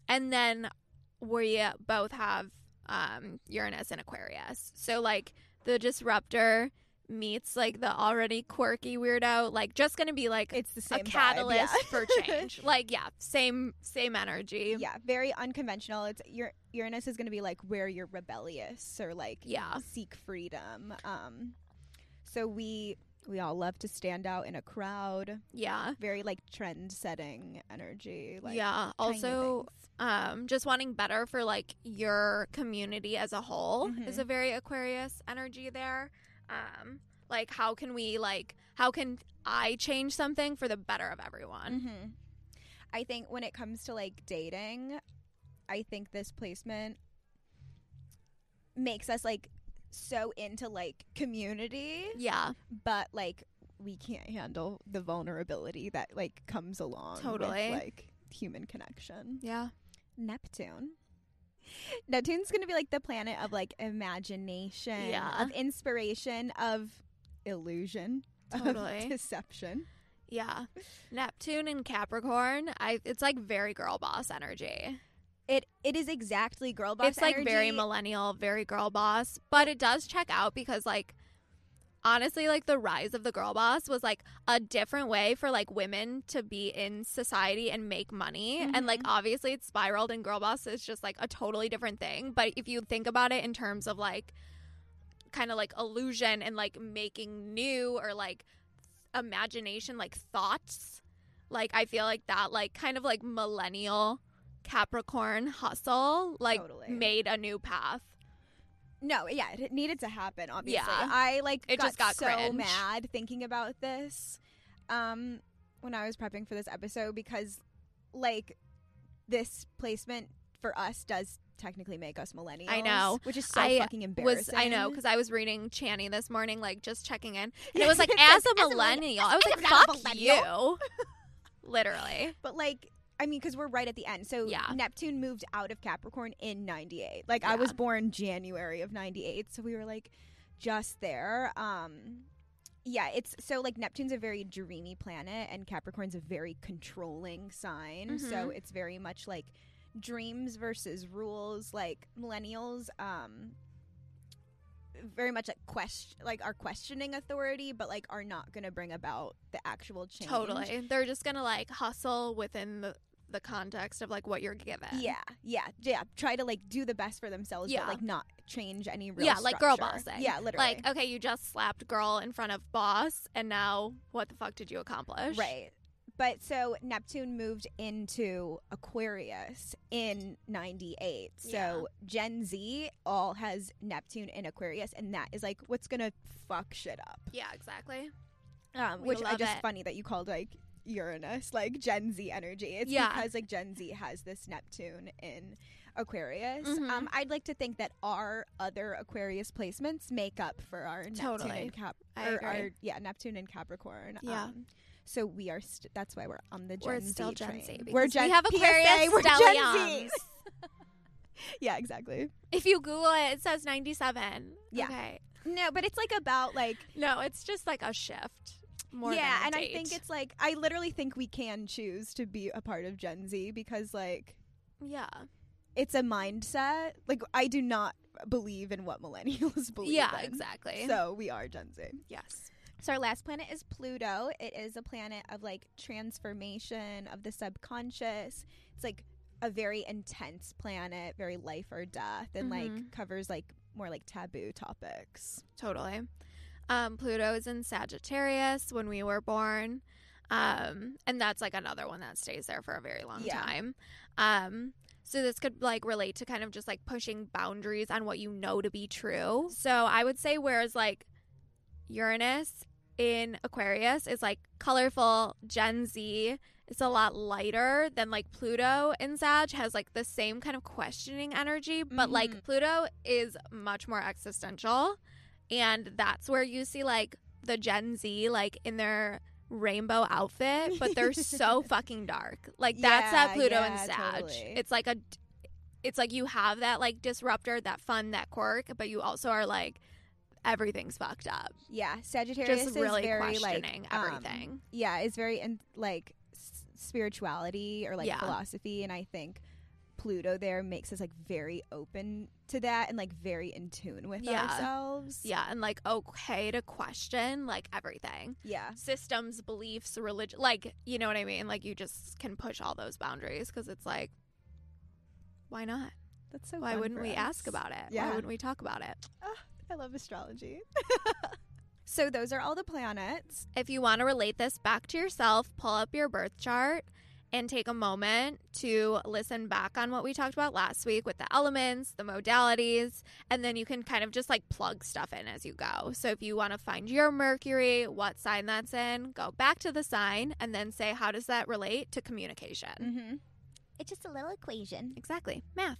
and then we both have um, Uranus and Aquarius. So, like, the disruptor meets like the already quirky weirdo, like, just going to be like It's the a same vibe, catalyst yeah. for change. like, yeah, same, same energy. yeah, very unconventional. It's Ur- Uranus is going to be like where you're rebellious or like Yeah. seek freedom. Um, so we we all love to stand out in a crowd. Yeah. Very like trend setting energy. Like, Uh. yeah. trying new Also, things. um just wanting better for like your community as a whole is Mhm. a very aquarius energy there um like how can we like how can i change something for the better of everyone Mhm. I think when it comes to like dating, I think this placement makes us like so into like community. yeah but like we can't handle the vulnerability that like comes along with, Totally. like human connection yeah neptune neptune's gonna be like the planet of like imagination Yeah. of inspiration of illusion of Totally. deception yeah neptune and capricorn i it's like very girl boss energy it it is exactly girl boss it's like very energy. millennial very girl boss but it does check out because like honestly like the rise of the girl boss was like a different way for like women to be in society and make money and like Mm-hmm. obviously it spiraled and girl boss is just like a totally different thing but if you think about it in terms of like kind of like illusion and like making new or like imagination like thoughts like i feel like that like kind of like millennial capricorn hustle like Totally. made a new path no yeah it needed to happen obviously Yeah. i like It got just got so cringe. mad thinking about this um when i was prepping for this episode because like this placement for us does technically make us millennials I know. which is so I fucking embarrassing was I know because I was reading Channy this morning, like just checking in, and it Yeah, was like it as says, a millennial. I was as like, a not fuck millennial." you, literally. but like i mean because we're right at the end so Yeah. neptune moved out of capricorn in 98 like i Yeah. was born january of 98 so we were like just there um yeah it's so like neptune's a very dreamy planet and capricorn's a very controlling sign Mm-hmm. so it's very much like dreams versus rules like millennials um very much like question like are questioning authority but like are not going to bring about the actual change Totally, they're just gonna like hustle within the the context of like what you're given. Yeah, yeah, yeah. Try to like do the best for themselves, Yeah. but like not change any real. yeah, like girl structure. bossing. Yeah, literally. Like okay, you just slapped girl in front of boss, and now what the fuck did you accomplish? right. But so Neptune moved into Aquarius in '98. So Yeah. Gen Z all has Neptune in Aquarius, and that is like what's gonna fuck shit up. Yeah, exactly. Um, We which I love just it. funny that you called like Uranus like Gen Z energy. It's Yeah. because like Gen Z has this Neptune in Aquarius. Mhm. Um, I'd like to think that our other Aquarius placements make up for our Neptune Totally. and Cap. I or agree. our, yeah, Neptune and Capricorn. Yeah. Um, So we are. St- that's why we're on the Gen We're Z still Gen train. Z We're because we Gen have PSA, Aquarius we're Gen Z. stelliums. yeah, exactly. If you Google it, it says 97. Yeah. Okay. No, but it's like about like No, it's just like a shift. More yeah, than a and I date. think it's like I literally think we can choose to be a part of Gen Z because like yeah, it's a mindset. Like I do not believe in what millennials believe. yeah, in. exactly. So we are Gen Z. yes, So our last planet is Pluto. It is a planet of like transformation of the subconscious. It's like a very intense planet, very life or death, and like Mhm. covers like more like taboo topics. totally. Um, Pluto is in Sagittarius when we were born, um, and that's like another one that stays there for a very long Yeah. time. Um, so this could like relate to kind of just like pushing boundaries on what you know to be true. So I would say whereas like Uranus in Aquarius is like colorful Gen Z. It's a lot lighter than like Pluto in Sag has like the same kind of questioning energy, but Mm-hmm. like Pluto is much more existential. And that's where you see like the Gen Z like in their rainbow outfit, but they're so fucking dark. Like that's Yeah, that Pluto and yeah, Sag. totally. It's like a it's like you have that like disruptor, that fun, that quirk, but you also are like everything's fucked up. Yeah, Sagittarius just really is very like questioning um, everything. yeah, is very in like s- spirituality or like Yeah. philosophy, and I think Pluto there makes us like very open to that and like very in tune with Yeah. ourselves. yeah, and like okay to question like everything. yeah, Systems, beliefs, religion, like you know what I mean? Like you just can push all those boundaries cuz it's like why not? that's so. Why fun wouldn't for we us. ask about it? Yeah. Why wouldn't we talk about it? I love astrology. so those are all the planets. If you want to relate this back to yourself, pull up your birth chart and take a moment to listen back on what we talked about last week with the elements, the modalities, and then you can kind of just like plug stuff in as you go. So if you want to find your Mercury, what sign that's in, go back to the sign and then say, how does that relate to communication? Mm-hmm. It's just a little equation. Exactly. Math.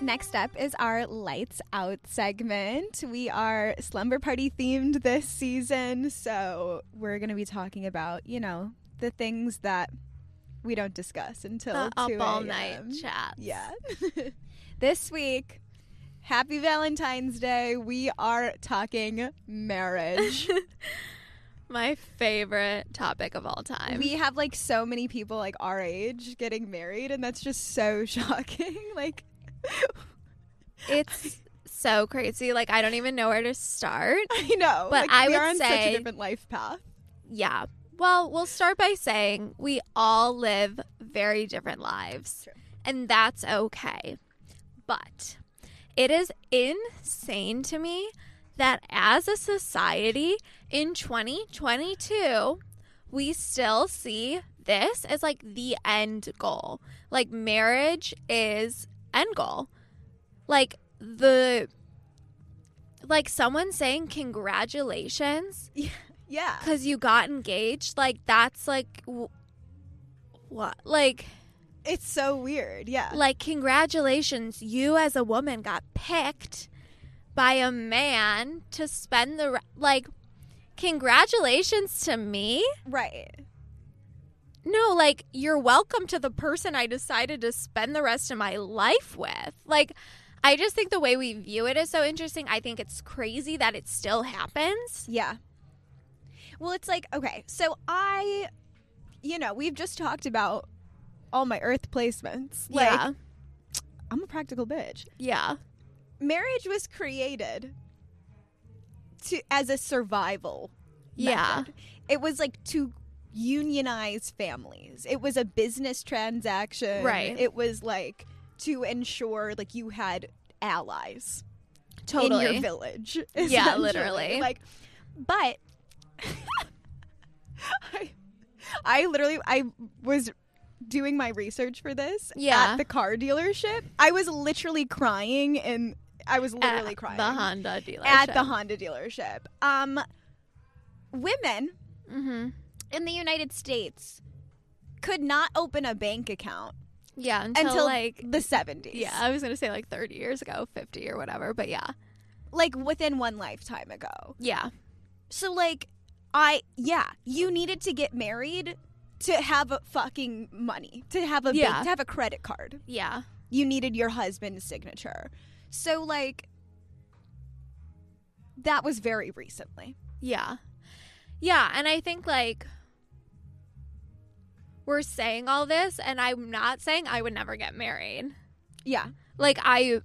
Next up is our lights out segment. We are slumber party themed this season, so we're going to be talking about, you know, the things that we don't discuss until The up 2 all a.m.. night chat. Yeah. this week, happy Valentine's Day. We are talking marriage. My favorite topic of all time. we have like so many people like our age getting married, and that's just so shocking. Like, it's so crazy. Like, I don't even know where to start. I know, But like, I we would are on such say- a different life path. Yeah. Well, we'll start by saying we all live very different lives. And that's okay. But it is insane to me that as a society in 2022, we still see this as like the end goal. Like marriage is end goal. Like the like someone saying congratulations Yeah. because you got engaged like that's like w- what like It's so weird. Yeah. like congratulations you as a woman got picked by a man to spend the re- like congratulations to me right. no like you're welcome to the person i decided to spend the rest of my life with like i just think the way we view it is so interesting i think it's crazy that it still happens Yeah. Well, it's like, okay, so I, you know, we've just talked about all my earth placements. Like, yeah I'm a practical bitch. yeah Marriage was created to as a survival. yeah method. It was like to unionize families. It was a business transaction. Right. It was like to ensure like you had allies. in Totally. your village. Yeah, essentially. literally. Like, but I, I literally I was doing my research for this Yeah. at the car dealership. I was literally crying, and I was literally at crying The Honda dealership. at the Honda dealership. Um, women Mm-hmm. in the United States could not open a bank account Yeah, until, until, like the 70s. yeah, I was gonna say like 30 years ago, 50 or whatever, but yeah, Like within one lifetime ago. yeah, So like I yeah, you needed to get married to have a fucking money, to have a big- Yeah. to have a credit card. yeah, You needed your husband's signature. So like that was very recently. yeah, yeah, and I think like we're saying all this, and I'm not saying I would never get married. Yeah. Like I,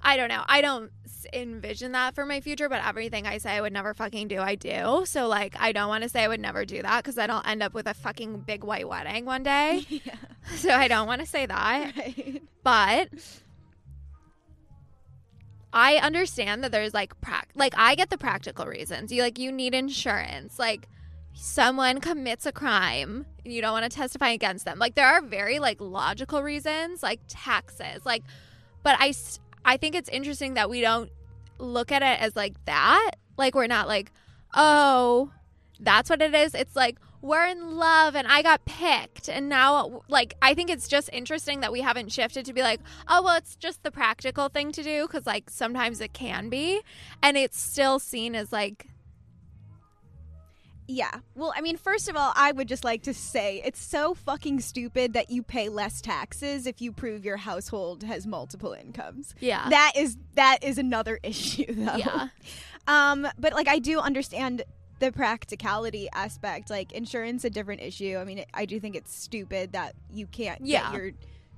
I don't know, I don't s- envision that for my future. But everything I say I would never fucking do, I do. So like I don't want to say I would never do that because then I'll end up with a fucking big white wedding one day. yeah. so I don't want to say that. Right. but I understand that there's like prac like I get the practical reasons. You like you need insurance. Like someone commits a crime, you don't want to testify against them. Like there are very like logical reasons, like taxes. Like but I s- I think it's interesting that we don't look at it as like that. Like we're not like, "Oh, that's what it is." It's like we're in love and I got picked and now like I think it's just interesting that we haven't shifted to be like, "Oh, well, it's just the practical thing to do" cuz like sometimes it can be and it's still seen as like Yeah. Well, I mean, first of all, I would just like to say it's so fucking stupid that you pay less taxes if you prove your household has multiple incomes. yeah. That is that is another issue though. yeah. Um, but like I do understand the practicality aspect. Like insurance, a different issue. I mean, I do think it's stupid that you can't get Yeah. your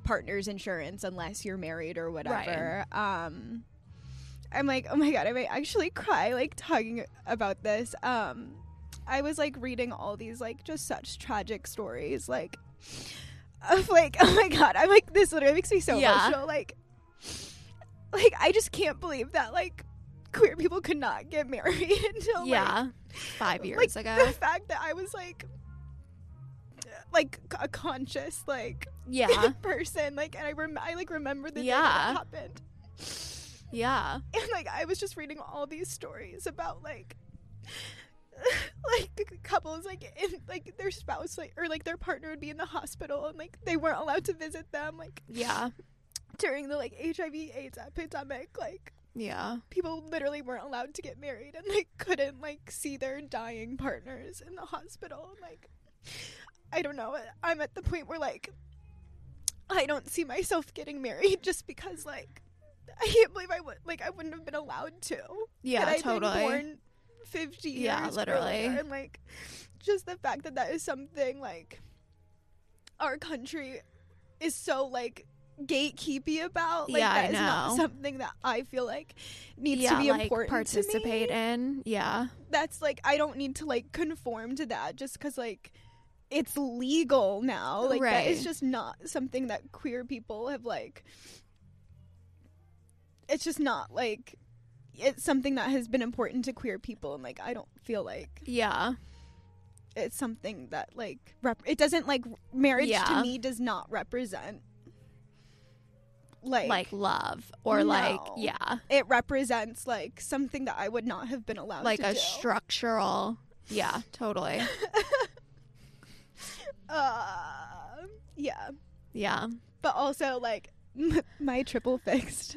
partner's insurance unless you're married or whatever. Um, I'm like, oh my god, I might actually cry like talking about this. Um, I was like reading all these like just such tragic stories like of like oh my god, I'm like this literally makes me so Yeah. emotional. Like, like I just can't believe that like queer people could not get married until like, yeah. 5 years Oh, like, ago. the fact that I was like like a conscious like yeah. person like and I rem- I like remember the Yeah. day that, that happened Yeah. and like I was just reading all these stories about like like couples like in, like their spouse like or like their partner would be in the hospital and like they weren't allowed to visit them like Yeah. during the like HIV AIDS epidemic like Yeah. people literally weren't allowed to get married and they couldn't like see their dying partners in the hospital and, like i don't know i'm at the point where like i don't see myself getting married just because like i can't believe i would like i wouldn't have been allowed to Yeah, Had I totally. been born 50 years Yeah, literally. earlier. and like just the fact that that is something like our country is so like gatekeepy about like Yeah, I that is not know. something that i feel like needs yeah, to be like, important participate to me. in. Yeah. that's like i don't need to like conform to that just because like it's legal now like that Right. is just not something that queer people have like it's just not like it's something that has been important to queer people and like i don't feel like Yeah. it's something that like rep- it doesn't like marriage Yeah. to me does not represent like, like love or like No. yeah it represents like something that I would not have been allowed like to a do. structural yeah totally Uh, yeah, yeah but also like m- my triple fixed.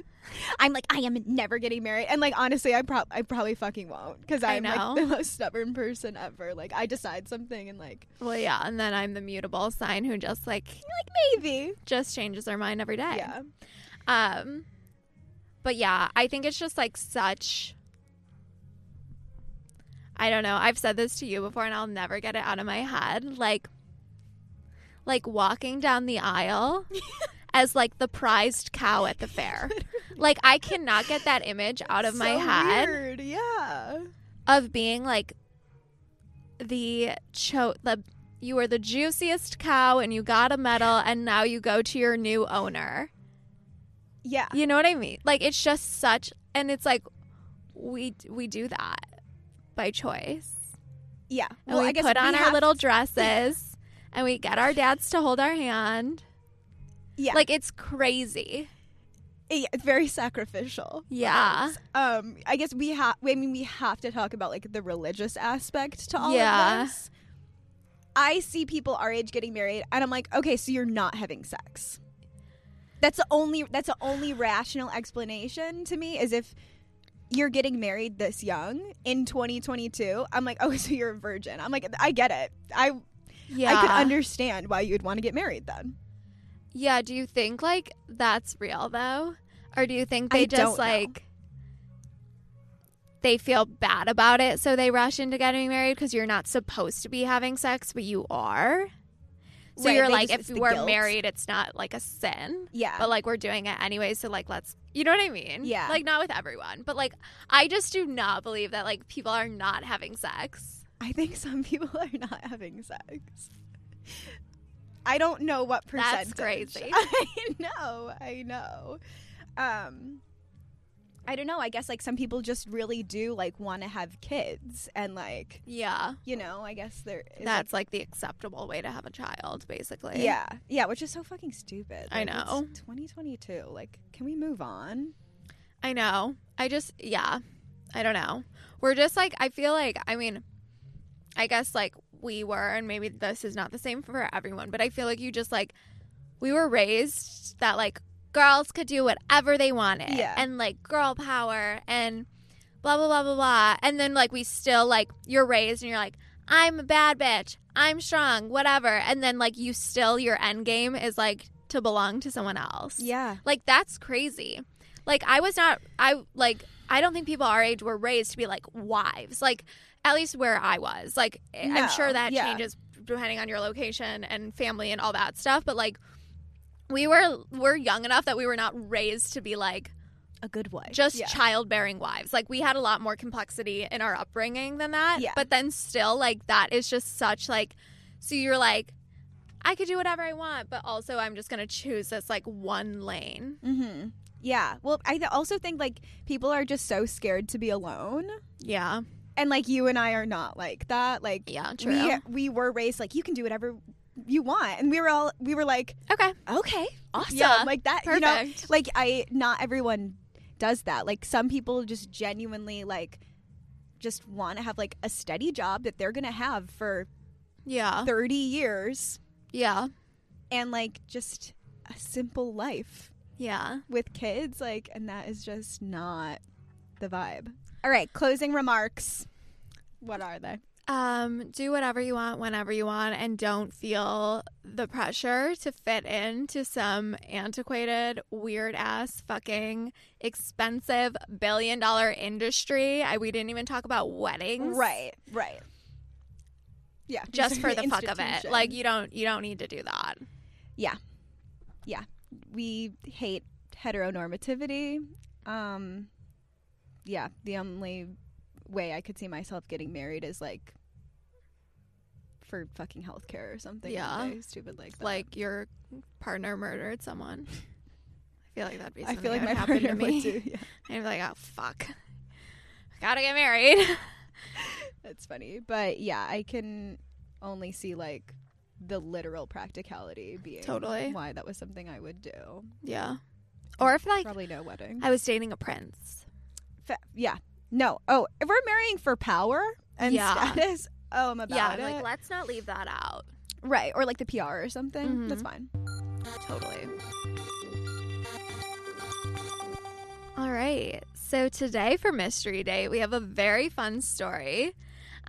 I'm like I am never getting married, and like honestly, I prob I probably fucking won't because I I'm know. like the most stubborn person ever. Like I decide something and like well yeah and then i'm the mutable sign who just like maybe just changes their mind every day yeah um but yeah i think it's just like such i don't know i've said this to you before and i'll never get it out of my head like like walking down the aisle as like the prized cow at the fair like i cannot get that image out of my So head Weird. Yeah, of being like the cho the you were the juiciest cow and you got a medal and now you go to your new owner. yeah. You know what I mean? Like it's just such and it's like we we do that by choice. Yeah. And we put on we our have- little dresses and we get our dads to hold our hand. Yeah. Like it's crazy. yeah, it's very sacrificial. Yeah. Um, I guess we have. I mean, we have to talk about like the religious aspect to all Yeah. of this. I see people our age getting married, and I'm like, okay, so you're not having sex. That's the only. That's the only rational explanation to me is if you're getting married this young in 2022. I'm like, oh, so you're a virgin. I'm like, I get it. I Yeah. I could understand why you would want to get married then. Yeah, do you think like that's real though? Or do you think they I don't just know. like they feel bad about it so they rush into getting married because you're not supposed to be having sex but you are? So Right, you're they like just- it's if the we're guilt. married it's not like a sin. Yeah. But like we're doing it anyway, so like let's you know what I mean? Yeah. Like not with everyone, but like I just do not believe that like people are not having sex. I think some people are not having sex. I don't know what percentage. That's crazy. I know. I know. Um, I don't know. I guess like some people just really do like want to have kids and like Yeah. you know. I guess there. Is, That's like the acceptable way to have a child, basically. like, yeah, yeah, which is so fucking stupid. I Like, it's know. 2022. Like, can we move on? I know. I just, yeah. I don't know. We're just like, I feel like, I mean, I guess like we were, and maybe this is not the same for everyone, but I feel like you just like, we were raised that like girls could do whatever they wanted Yeah. and like girl power and blah, blah, blah, blah, blah. And then like we still like, you're raised and you're like, I'm a bad bitch. I'm strong, whatever. And then like you still, your end game is like to belong to someone else. Yeah, Like that's crazy. Like I was not I like I don't think people our age were raised to be like wives. Like at least where I was. Like No, I'm sure that yeah. changes depending on your location and family and all that stuff, but like we were we're young enough that we were not raised to be like a good wife. just yeah. childbearing wives. Like we had a lot more complexity in our upbringing than that. Yeah. But then still, like that is just such like. So you're like, I could do whatever I want, but also I'm just gonna choose this like one lane. hmm Yeah. Well, I th- also think like people are just so scared to be alone. Yeah. and like you and I are not like that. Like Yeah. True. we we were raised like you can do whatever you want, and we were all we were like okay. okay, awesome, Yeah, like that. Perfect. You know, like I not everyone does that. Like some people just genuinely like just want to have like a steady job that they're gonna have for yeah. thirty years, Yeah. and like just a simple life Yeah. with kids. Like, and that is just not the vibe. All right, closing remarks. What are they? Um, do whatever you want, whenever you want, and don't feel the pressure to fit into some antiquated, weird ass, fucking expensive billion dollar industry. I, we didn't even talk about weddings, Right, right. Yeah, Just these for are the fuck of it, institutions. like you don't, you don't need to do that. we hate heteronormativity. Um, yeah, the only way I could see myself getting married is like for fucking healthcare or something. Yeah. really stupid like that. Like your partner murdered someone. I feel like that'd be. I Something feel like that my would happen partner to me. would too. Yeah, I'd be like, oh fuck, I gotta get married. that's funny, but yeah, I can only see like the literal practicality being Totally. why that was something I would do. yeah, or if like Probably no wedding. I was dating a prince. Fa- yeah. No. Oh, if we're marrying for power and Yeah. status, oh, I'm about yeah, it. I'm like let's not leave that out. right, or like the PR or something. Mhm. That's fine. Totally. All right. So today for mystery date, we have a very fun story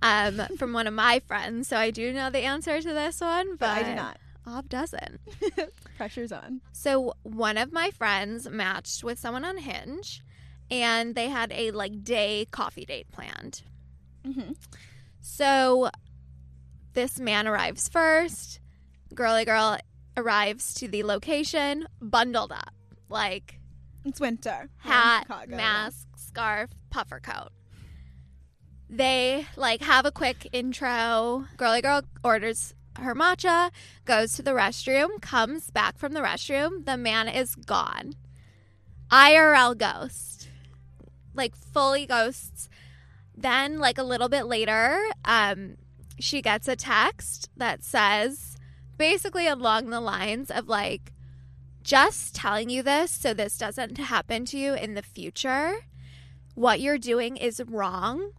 um, from one of my friends. So I do know the answer to this one, but, But I do not. Ob doesn't. Pressure's on. So one of my friends matched with someone on Hinge, and they had a like day coffee date planned. Mm-hmm. So this man arrives first. Girly girl arrives to the location, bundled up, like It's winter. We're in hat, Chicago. mask, scarf, puffer coat. They like have a quick intro. Girly girl orders her matcha, goes to the restroom, comes back from the restroom. The man is gone. IRL ghost. like fully ghosts. Then, like a little bit later, um, she gets a text that says basically along the lines of like, just telling you this so this doesn't happen to you in the future. What you're doing is wrong.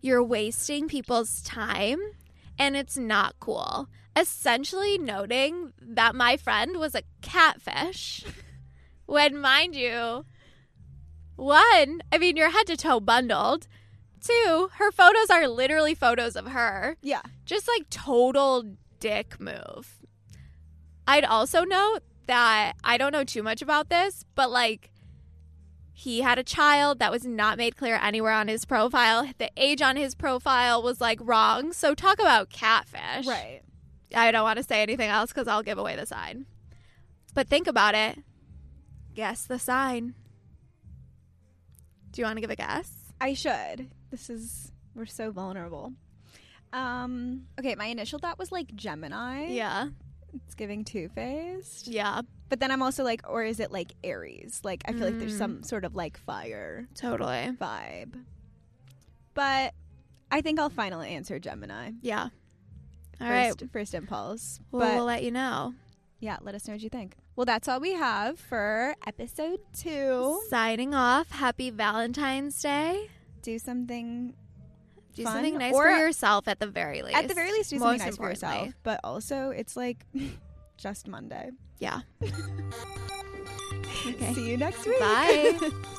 You're wasting people's time and it's not cool. Essentially, noting that my friend was a catfish. when, mind you, one, I mean, you're head to toe bundled. Two, her photos are literally photos of her. Yeah. Just like total dick move. I'd also note that I don't know too much about this, but like he had a child that was not made clear anywhere on his profile. The age on his profile was like wrong. So talk about catfish. Right. I don't want to say anything else because I'll give away the sign. But think about it. Guess the sign. Do you want to give a guess? I should. This is we're so vulnerable. Um okay, my initial thought was like Gemini. Yeah. It's giving two faced. Yeah. But then I'm also like, or is it like Aries? Like I feel like there's Mm. some sort of like fire Totally. vibe. But I think I'll finally answer Gemini. Yeah. All right. first, first impulse. We'll, but we'll let you know. yeah, let us know what you think. Well, that's all we have for episode two. Signing off. Happy Valentine's Day. Do something Do fun, something nice or- for yourself at the very least. at the very least. Do something Most nice for importantly. yourself. But also, it's like just Monday. Yeah. okay. See you next week. Bye.